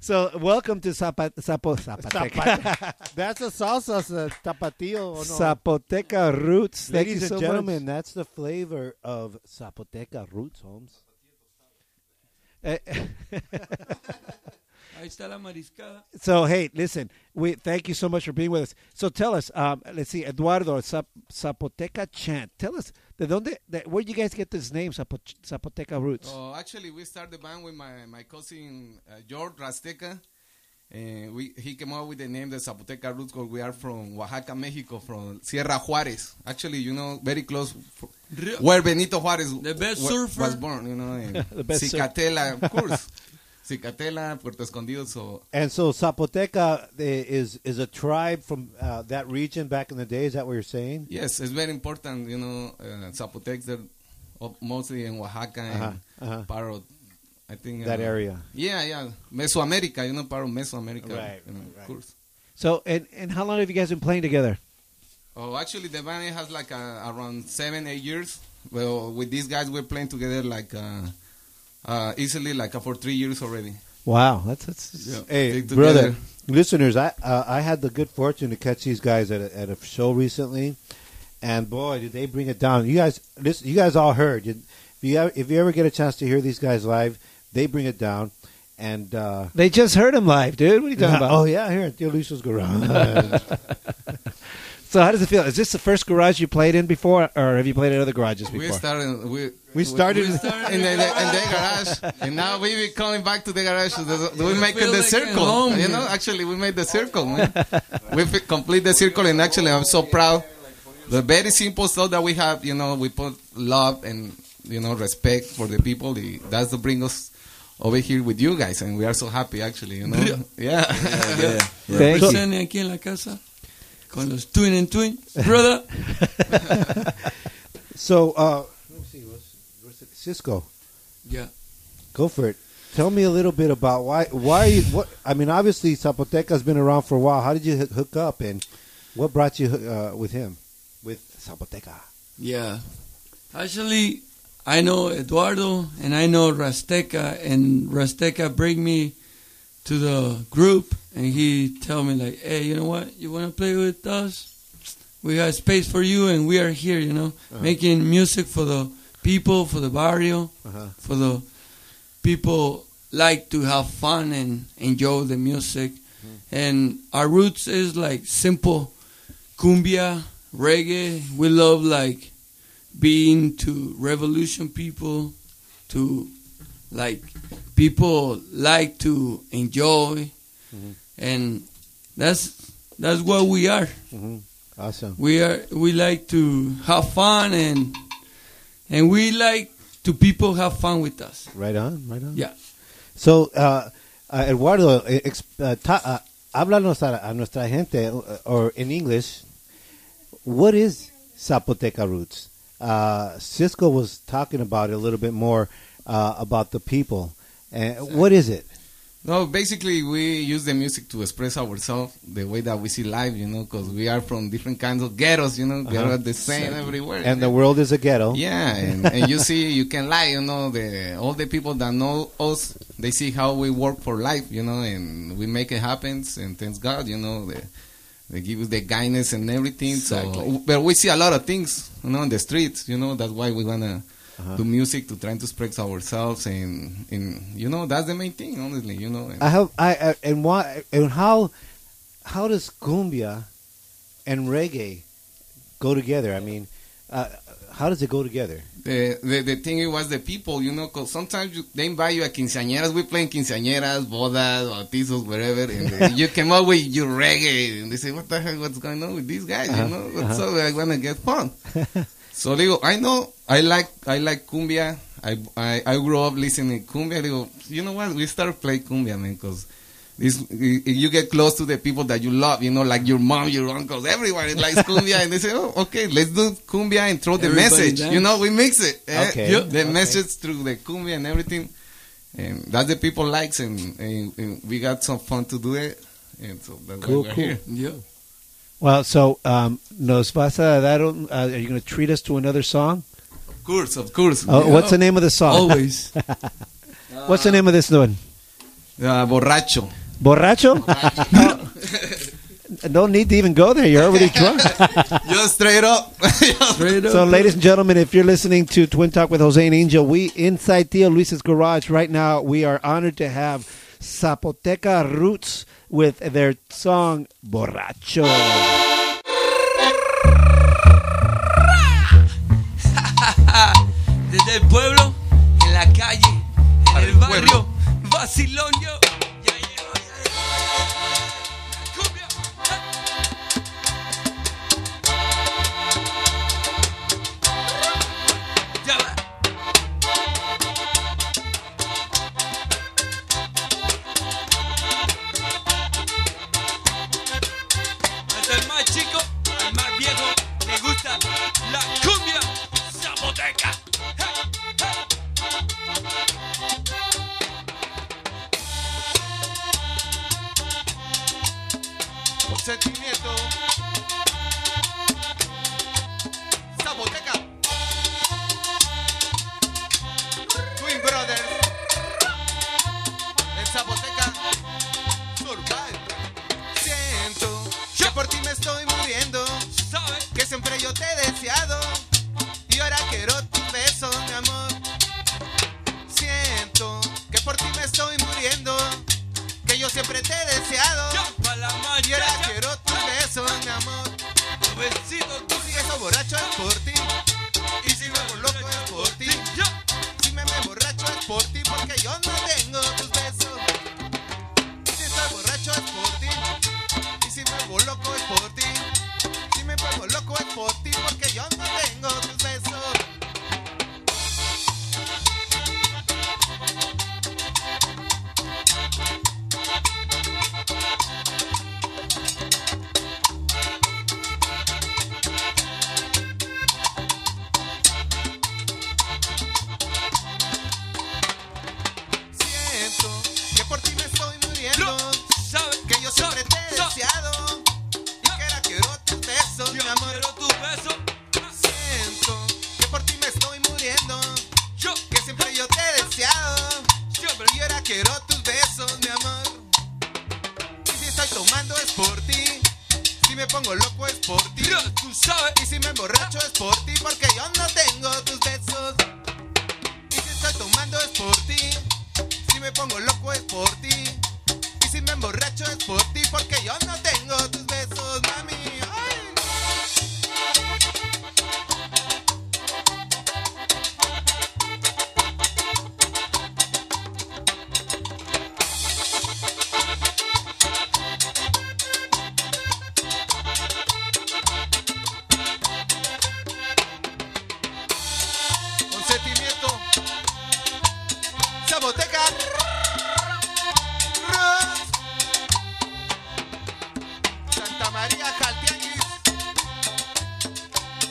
S2: So welcome to Zapat- Zapo- Zapoteca.
S3: That's a salsa uh, tapatio. Or no?
S2: Zapoteca Roots. Thank
S3: Ladies
S2: you so
S3: and
S2: much.
S3: gentlemen, that's the flavor of Zapoteca roots, Holmes.
S2: Eh,
S8: Ahí está la mariscada.
S2: so hey, listen, we thank you so much for being with us. So tell us, um, let's see, Eduardo Zap- Zapoteca Chant. Tell us, de donde, de, where you guys get this name, Zapo- Zapoteca Roots?
S7: Oh, actually, we started the band with my, my cousin uh, George Rasteca. Uh, we, he came up with the name the Zapoteca Roots because we are from Oaxaca, Mexico, from Sierra Juarez. Actually, you know, very close f-
S8: Re-
S7: where Benito Juarez
S8: The best
S7: wa-
S8: surfer.
S7: was born, you know. In
S2: The best surfer.
S7: Cicatela, of course. Cicatela, Puerto Escondido. So,
S3: And so Zapoteca eh, is is a tribe from uh, that region back in the day. Is that what you're saying?
S7: yes, it's very important, you know, uh, Zapotecs, they're up mostly in Oaxaca and
S3: Uh-huh, uh-huh.
S7: part of, I think,
S3: That
S7: uh,
S3: area.
S7: Yeah, yeah. Mesoamerica, you know, part of Mesoamerica.
S3: Right,
S7: you know,
S3: right, right.
S7: Of course.
S2: So and and how long have you guys been playing together?
S7: Oh, actually, the band has like uh, around seven, eight years. Well, with these guys, we're playing together like uh, uh, easily like uh, for three years already.
S2: Wow, that's that's.
S7: Yeah.
S3: Hey,
S7: Stick
S3: brother,
S7: together.
S3: listeners, I uh, I had the good fortune to catch these guys at a, at a show recently, and boy, did they bring it down! You guys, listen, you guys all heard. You, if you ever, if you ever get a chance to hear these guys live, they bring it down, and. Uh,
S2: They just heard him live, dude. What are you talking about?
S3: Oh yeah, here at Tio Luis's garage.
S2: So how does it feel? Is this the first garage you played in before, or have you played at other garages
S7: We
S2: before?
S7: started. We,
S3: We started-
S7: we in, the, the- in the garage, and now we be coming back to the garage. The- the- We make
S8: feel
S7: it the
S8: like
S7: circle.
S8: at home,
S7: you know,
S8: yeah.
S7: actually, we made the circle. Man. we fi- complete the circle, and actually, I'm so proud. The very simple stuff that we have, you know, we put love and you know, respect for the people. The, that's what bring us over here with you guys, and we are so happy, actually, you know.
S10: Yeah.
S7: Yeah.
S10: Yeah, yeah. Thank
S8: Pues
S10: you. Presente aquí en la casa con los twin and twin, brother.
S3: so, uh, let me see, what's, what's it? Cisco.
S10: Yeah.
S3: Go for it. Tell me a little bit about why, why, you- what, I mean, obviously Zapoteca's been around for a while. How did you hoo- hook up and what brought you uh, with him? With Zapoteca.
S10: Yeah. Actually, I know Eduardo and I know Rasteca, and Rasteca bring me to the group, and he tell me like, "Hey, you know what? You want to play with us? We got space for you, and we are here. You know,
S3: Uh-huh.
S10: making music for the people, for the barrio,
S3: Uh-huh.
S10: for the people like to have fun and enjoy the music.
S3: Mm-hmm.
S10: And our roots is like simple cumbia, reggae. We love like being to revolution people, to like people like to enjoy,
S7: Mm-hmm.
S10: and that's that's what we are.
S2: Mm-hmm.
S3: Awesome.
S10: We are we like to have fun and and we like to people have fun with us.
S3: Right on, right on.
S10: Yeah.
S3: So, uh, uh, Eduardo, eh, ex- uh, ta- uh, háblanos a, a nuestra gente, uh, or in English, what is Zapoteca roots? Uh, Cisco was talking about it a little bit more uh, about the people. And what is it?
S7: No, basically we use the music to express ourselves the way that we see life, you know, because we are from different kinds of ghettos, you know,
S3: Uh-huh.
S7: ghetto are the same everywhere.
S3: And the world is a ghetto.
S7: Yeah, and, and you see, you can lie, you know, the all the people that know us, they see how we work for life, you know, and we make it happen, and thanks God, you know, the, they give us the kindness and everything.
S11: Exactly.
S7: So, but we see a lot of things, you know, on the streets, you know, that's why we wanna
S3: Uh-huh.
S7: do music to try to express ourselves, and, and you know, that's the main thing, honestly, you know. And,
S3: I have I, I and why and how how does cumbia and reggae go together? I mean, uh, how does it go together?
S7: the, the, the thing it was the people, you know, 'cause sometimes you, they invite you at quinceañeras. We playing quinceañeras, bodas, bautizos, wherever, and uh, you come up with your reggae, and they say, "What the hell? What's going on with these guys?"
S11: Uh-huh,
S7: You know, what's
S11: uh-huh.
S7: up? I wanna get fun. so digo, I know, I like, I like cumbia. I, I, I grew up listening to cumbia. Digo, you know what? We start playing cumbia, man, because. This, i- i- you get close to the people that you love, you know, like your mom, your uncles, everybody likes cumbia, and they say, "Oh, okay, let's do cumbia and throw the
S11: Everybody
S7: message."
S11: dance.
S7: You know, we mix it. eh?
S11: Okay,
S7: Yep. The
S11: okay.
S7: message through the cumbia and everything, and that's the people likes, and, and, and we got some fun to do it, and so that's
S10: Cool,
S7: why we're
S10: cool.
S7: here.
S10: Yeah.
S2: Well, so um, nos vas a dar un, uh, are you going to treat us to another song?
S7: Of course, of course.
S2: Oh, What's the name of the song?
S3: Oh,
S10: Always.
S2: what's the name of this one?
S7: Uh, borracho.
S2: Borracho. No need to even go there. You're already drunk.
S7: Just straight up. straight
S2: So, ladies and gentlemen, if you're listening to Twin Talk with Jose and Angel, we inside Theo Luis's garage right now. We are honored to have Zapoteca Roots with their song "Borracho."
S10: Desde el pueblo, en la calle, en el barrio, vacilón yo. Ya va. Hasta Este el más chico, al más viejo, le gusta la cumbia zapoteca. Hey,
S11: Sentimiento. Zapoteca. Twin Brothers. En Zapoteca. Survival. Siento que por ti me estoy muriendo. Que siempre yo te he deseado. Y ahora quiero tus besos, mi amor. Siento que por ti me estoy muriendo. Que yo siempre te he deseado. Y ahora quiero tus besos, mi amor. Tu besito, tú si eso borracho es por ti. Y si me loco es por ti. Si me me borracho es por ti porque yo no tengo tus besos. Y si estoy borracho es por ti. Y si me vuelvo loco es por ti. Si me pongo loco es por ti porque yo no tengo tus besos. pongo loco es por ti. Tú sabes. Y si me emborracho es por ti, porque yo no tengo tus besos. Y si estoy tomando es por ti. Si me pongo loco es por ti. Y si me emborracho es por ti, porque yo no tengo tus besos, mami. Con sentimiento. Saboteca. Santa María Jaltianguis.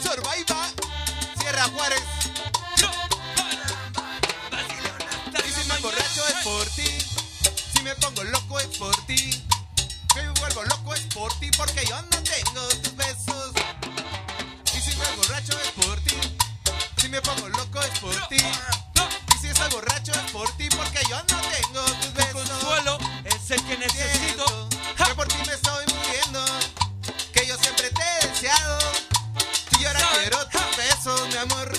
S11: Sorbaiba. Sierra Juárez. Y si me emborracho es por ti. Si me pongo loco es por ti. Si me vuelvo loco es por ti porque yo no tengo tus besos. Y si me emborracho es por ti. Si me pongo loco es por ti. Y si estoy borracho es por ti porque yo no tengo tus besos. consuelo es el que necesito. Que por ti me estoy muriendo. Que yo siempre te he deseado. Y ahora quiero tus besos, mi amor.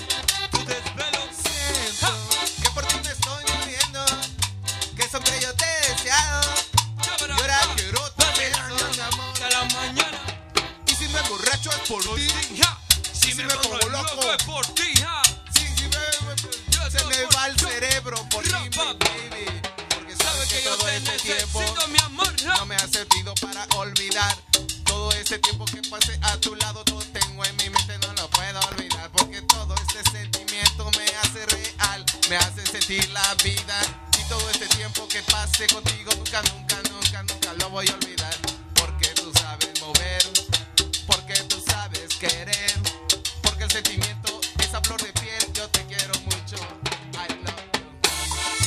S11: Tu desvelo. Siento que por ti me estoy muriendo. Que siempre yo te he deseado. Y ahora quiero tus besos, mi amor. la mañana. Y si me borracho es por ti. Si me pongo loco es por ti. Se me va el cerebro por ti, mi baby. Porque sabes que yo todo este tiempo no me ha servido para olvidar. Todo ese tiempo que pasé a tu lado lo tengo en mi mente, no lo puedo olvidar. Porque todo este sentimiento me hace real, me hace sentir la vida. Y todo este tiempo que pasé contigo nunca, nunca, nunca, nunca lo voy a olvidar. Porque tú sabes mover, porque tú sabes querer, porque el sentimiento, esa flor de piel, yo te quiero mucho. I love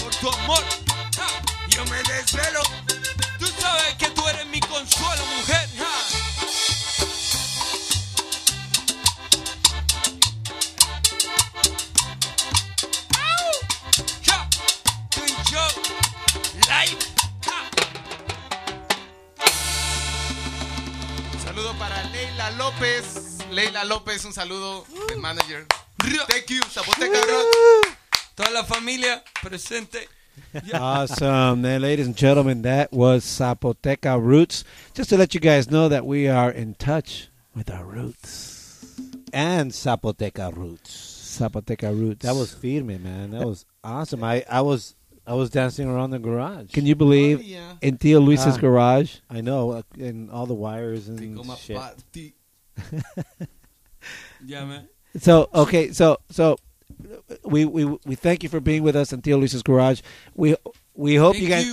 S8: Por tu amor, ja, yo me desvelo. Tú sabes que tú eres mi consuelo, mujer. ja. Au. Ja, to enjoy life.
S11: Saludo para Leila López. Leila López, un saludo del manager. Thank you, Zapoteca Rock.
S10: Toda la familia presente.
S2: awesome, man. Ladies and gentlemen, that was Zapoteca Roots. Just to let you guys know that we are in touch with our roots.
S3: And Zapoteca roots.
S2: Zapoteca Roots.
S3: That was firme, man. That was awesome. I, I was I was dancing around the garage.
S2: Can you
S10: Oh,
S2: believe
S3: yeah.
S2: in Tio Luis's
S3: Ah.
S2: garage?
S3: I know, uh, and all the wires and
S10: Tacoma
S3: shit.
S10: party. Yeah, man.
S2: So okay, so so we we we thank you for being with us in Theo Luis's Garage. We we hope you guys.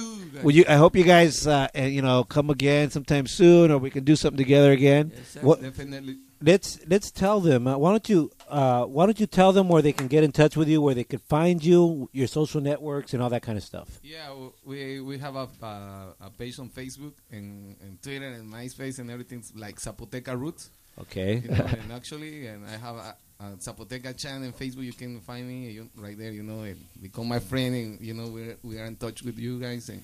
S2: Will you, I hope you guys, uh,
S3: eh,
S2: uh, you know, come again sometime soon, or we can do something together again.
S3: What-
S7: Definitely.
S3: Let's let's tell them. Uh, why don't you uh, Why don't you tell them where they can get in touch with you, where they could find you, your social networks, and all that kind of stuff.
S7: Yeah, w- we we have a, a, a page on Facebook and, and Twitter and MySpace and everything's like Zapoteca Roots.
S3: Okay.
S7: You know, and actually, and I have a, a Zapoteca channel in Facebook. You can find me you, right there. You know, and become my friend, and you know we're we are in touch with you guys and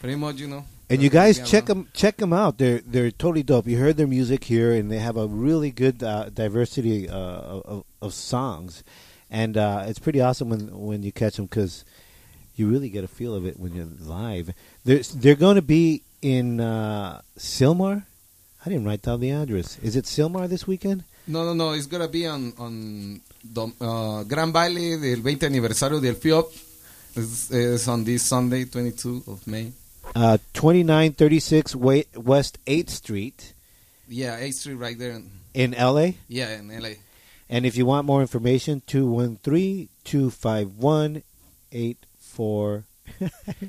S7: pretty much you know.
S3: And you guys
S7: Yeah,
S3: check them check them out. They're they're totally dope. You heard their music here, and they have a really good uh, diversity uh, of, of songs, and uh, it's pretty awesome when when you catch them because you really get a feel of it when you're live. They're they're going to be in uh, Silmar. I didn't write down the address. Is it Silmar this weekend?
S7: No, no, no. It's gonna be on on the uh, Gran Baile del 20 aniversario del FIOP. It's, it's on this Sunday, 22 of May.
S3: Uh, Twenty nine thirty six West Eighth Street
S7: Yeah, 8th Street right there. In,
S3: in L.A.
S7: yeah, in LA.
S3: And if you want more information, 213 251 84.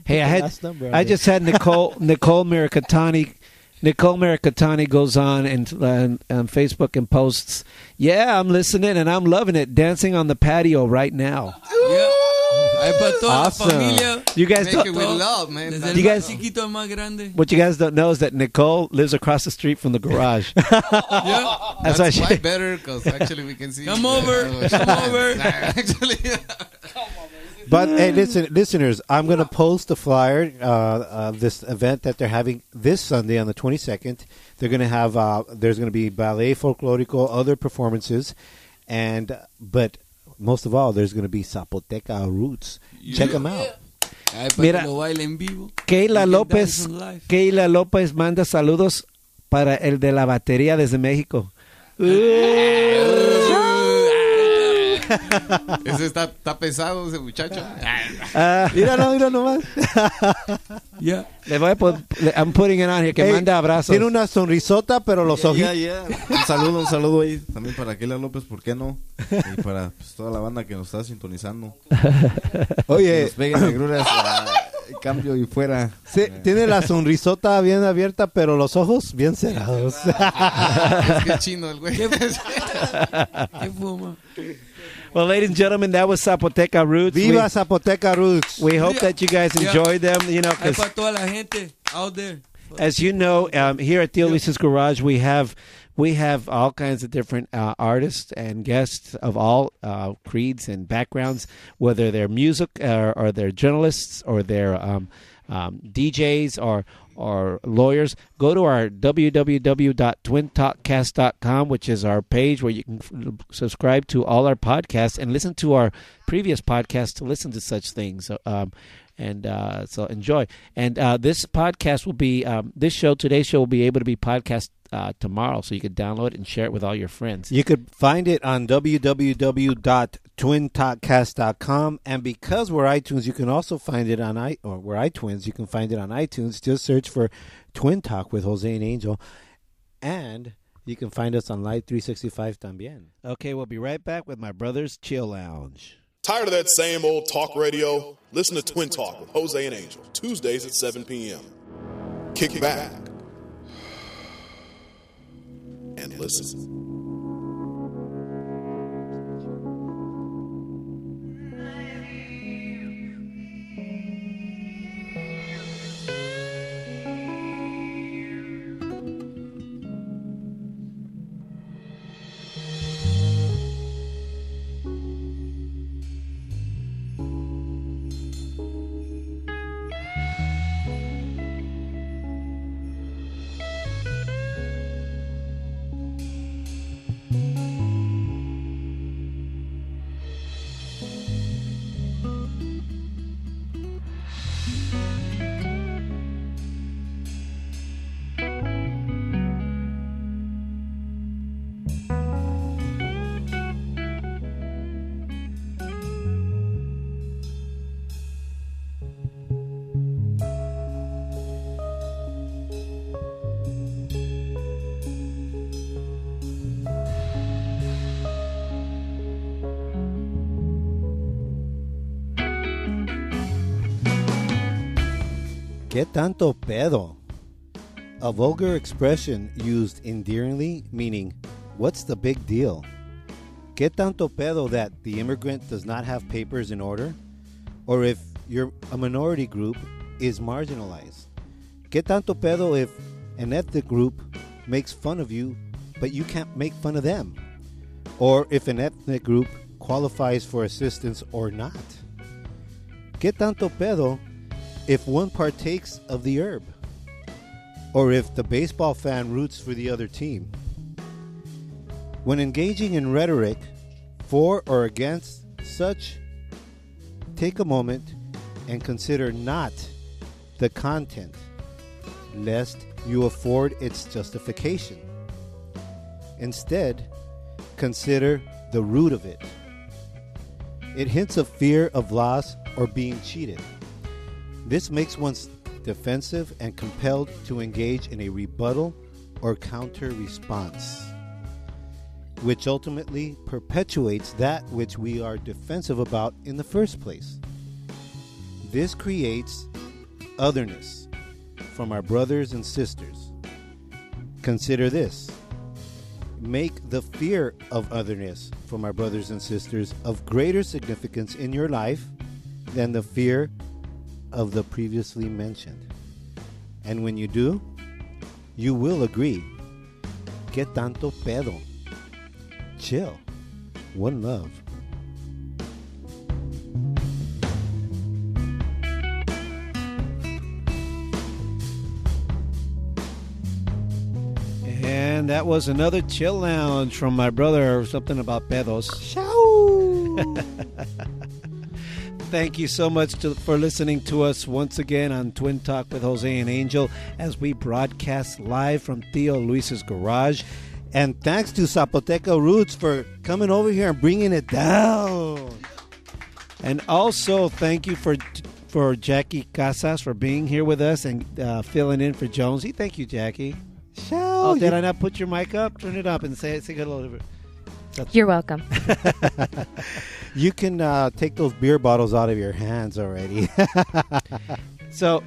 S2: Hey, I had I just had Nicole Nicole Mercatani. Nicole Mercatani goes on and and- on Facebook and posts, "Yeah, I'm listening and I'm loving it. Dancing on the patio right now."
S7: Yeah. I
S10: Ahí para toda la
S8: Awesome.
S10: familia.
S8: You guys
S10: Make
S8: don't-
S10: it with love, man.
S8: You
S10: Desde el
S8: guys-
S10: más chiquito al más grande.
S8: What you guys don't know is that Nicole lives across the street from the garage.
S10: Yeah.
S8: That's why she-
S7: why better because actually we can see.
S10: Come over, come over.
S7: actually,
S2: But hey, listen, listeners, I'm going to post the flyer uh, of this event that they're having this Sunday on the 22nd. They're going to have uh, there's going to be ballet folklorico, other performances, and but most of all, there's going to be Zapoteca roots. Check 'em Check them out.
S10: Ahí para
S8: Mira.
S10: que lo baile en vivo.
S8: Keila
S10: You can
S8: López,
S10: dance on live.
S8: Keila López manda saludos para el de la batería desde México. Uh,
S7: ese está, está pesado ese muchacho.
S8: ah,
S2: Míralo, míralo nomás.
S10: Yeah.
S8: le voy a pon- le- I'm putting it on here, que
S2: Hey,
S8: manda abrazos.
S2: Tiene una sonrisota, pero los
S3: Ya,
S2: ojitos.
S3: ya, ya. Un saludo, un saludo ahí también para Keila López, ¿por qué no? Y para pues, toda la banda que nos está sintonizando. Que
S2: Oye,
S3: nos peguen negruras, ah, cambio y fuera.
S2: se- tiene la sonrisota bien abierta, pero los ojos bien cerrados.
S7: es que es chino el güey.
S10: Qué fuma.
S8: Well, ladies and gentlemen, that was Zapoteca Roots. We-
S2: Viva Zapoteca Roots.
S8: We, hope that you guys
S10: Yeah.
S8: enjoyed them. You know,
S10: Ahí
S8: 'cause
S10: para toda la gente out there.
S8: as you know, um, here at Theo Luis's Garage, we have we have all kinds of different uh, artists and guests of all uh, creeds and backgrounds, whether they're music or, or they're journalists or they're um, um, DJs or or lawyers. Go to our www.twintalkcast.com, which is our page where you can f- subscribe to all our podcasts and listen to our previous podcasts to listen to such things. Um, and uh, so enjoy. And uh, this podcast will be um, this show today's show will be able to be podcast uh, tomorrow, so you could download it and share it with all your friends.
S2: You could find it on www.twintalkcast.com. And because we're iTunes, you can also find it on i or we're iTwins. You can find it on iTunes. Just search for Twin Talk with Jose and Angel, and you can find us on Live 365 también.
S8: Okay, we'll be right back with my brother's chill lounge.
S1: Tired of that same old talk radio? Listen to Twin Talk with Jose and Angel, Tuesdays at 7 p.m. Kick back and listen.
S2: ¿Qué tanto pedo? A vulgar expression used endearingly, meaning, what's the big deal? ¿Qué tanto pedo that the immigrant does not have papers in order? Or if you're a minority group is marginalized? ¿Qué tanto pedo if an ethnic group makes fun of you, but you can't make fun of them? Or if an ethnic group qualifies for assistance or not? ¿Qué tanto pedo if one partakes of the herb, or if the baseball fan roots for the other team. When engaging in rhetoric for or against such, take a moment and consider not the content, lest you afford its justification. Instead, consider the root of it. It hints of fear of loss or being cheated. This makes one defensive and compelled to engage in a rebuttal or counter response, which ultimately perpetuates that which we are defensive about in the first place. This creates otherness from our brothers and sisters. Consider this. Make the fear of otherness from our brothers and sisters of greater significance in your life
S3: than the fear of the previously mentioned. And when you do, you will agree. Que tanto pedo? Chill. One love.
S2: And that was another chill lounge from my brother, something about pedos. Thank you so much to, for listening to us once again on Twin Talk with Jose and Angel as we broadcast live from Theo Luis's garage.
S3: And thanks to Zapoteca Roots for coming over here and bringing it down.
S2: And also, thank you for for Jackie Casas for being here with us and uh, filling in for Jonesy. Thank you, Jackie.
S3: Show.
S2: oh, did I not put your mic up? Turn it up and say say hello to.
S4: You're welcome.
S3: You can uh, take those beer bottles out of your hands already.
S2: So,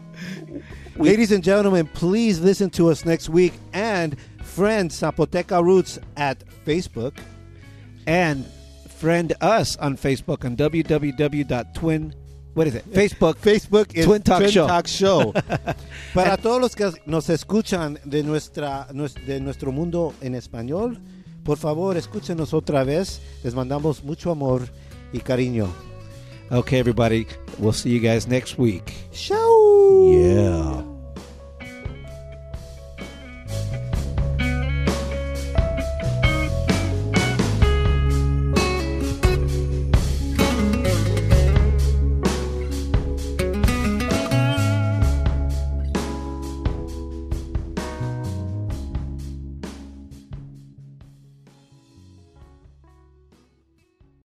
S3: Ladies and gentlemen, please listen to us next week and friend Zapoteca Roots at Facebook.
S2: and friend us on Facebook on www.twin. What is it? Facebook.
S3: Facebook es
S2: Twin Talk Show.
S3: Show. Para todos los que nos escuchan de, nuestra, nues- de nuestro mundo en español, por favor, escúchenos otra vez. Les mandamos mucho amor y cariño.
S2: Okay, everybody. We'll see you guys next week.
S3: Chao.
S2: Yeah.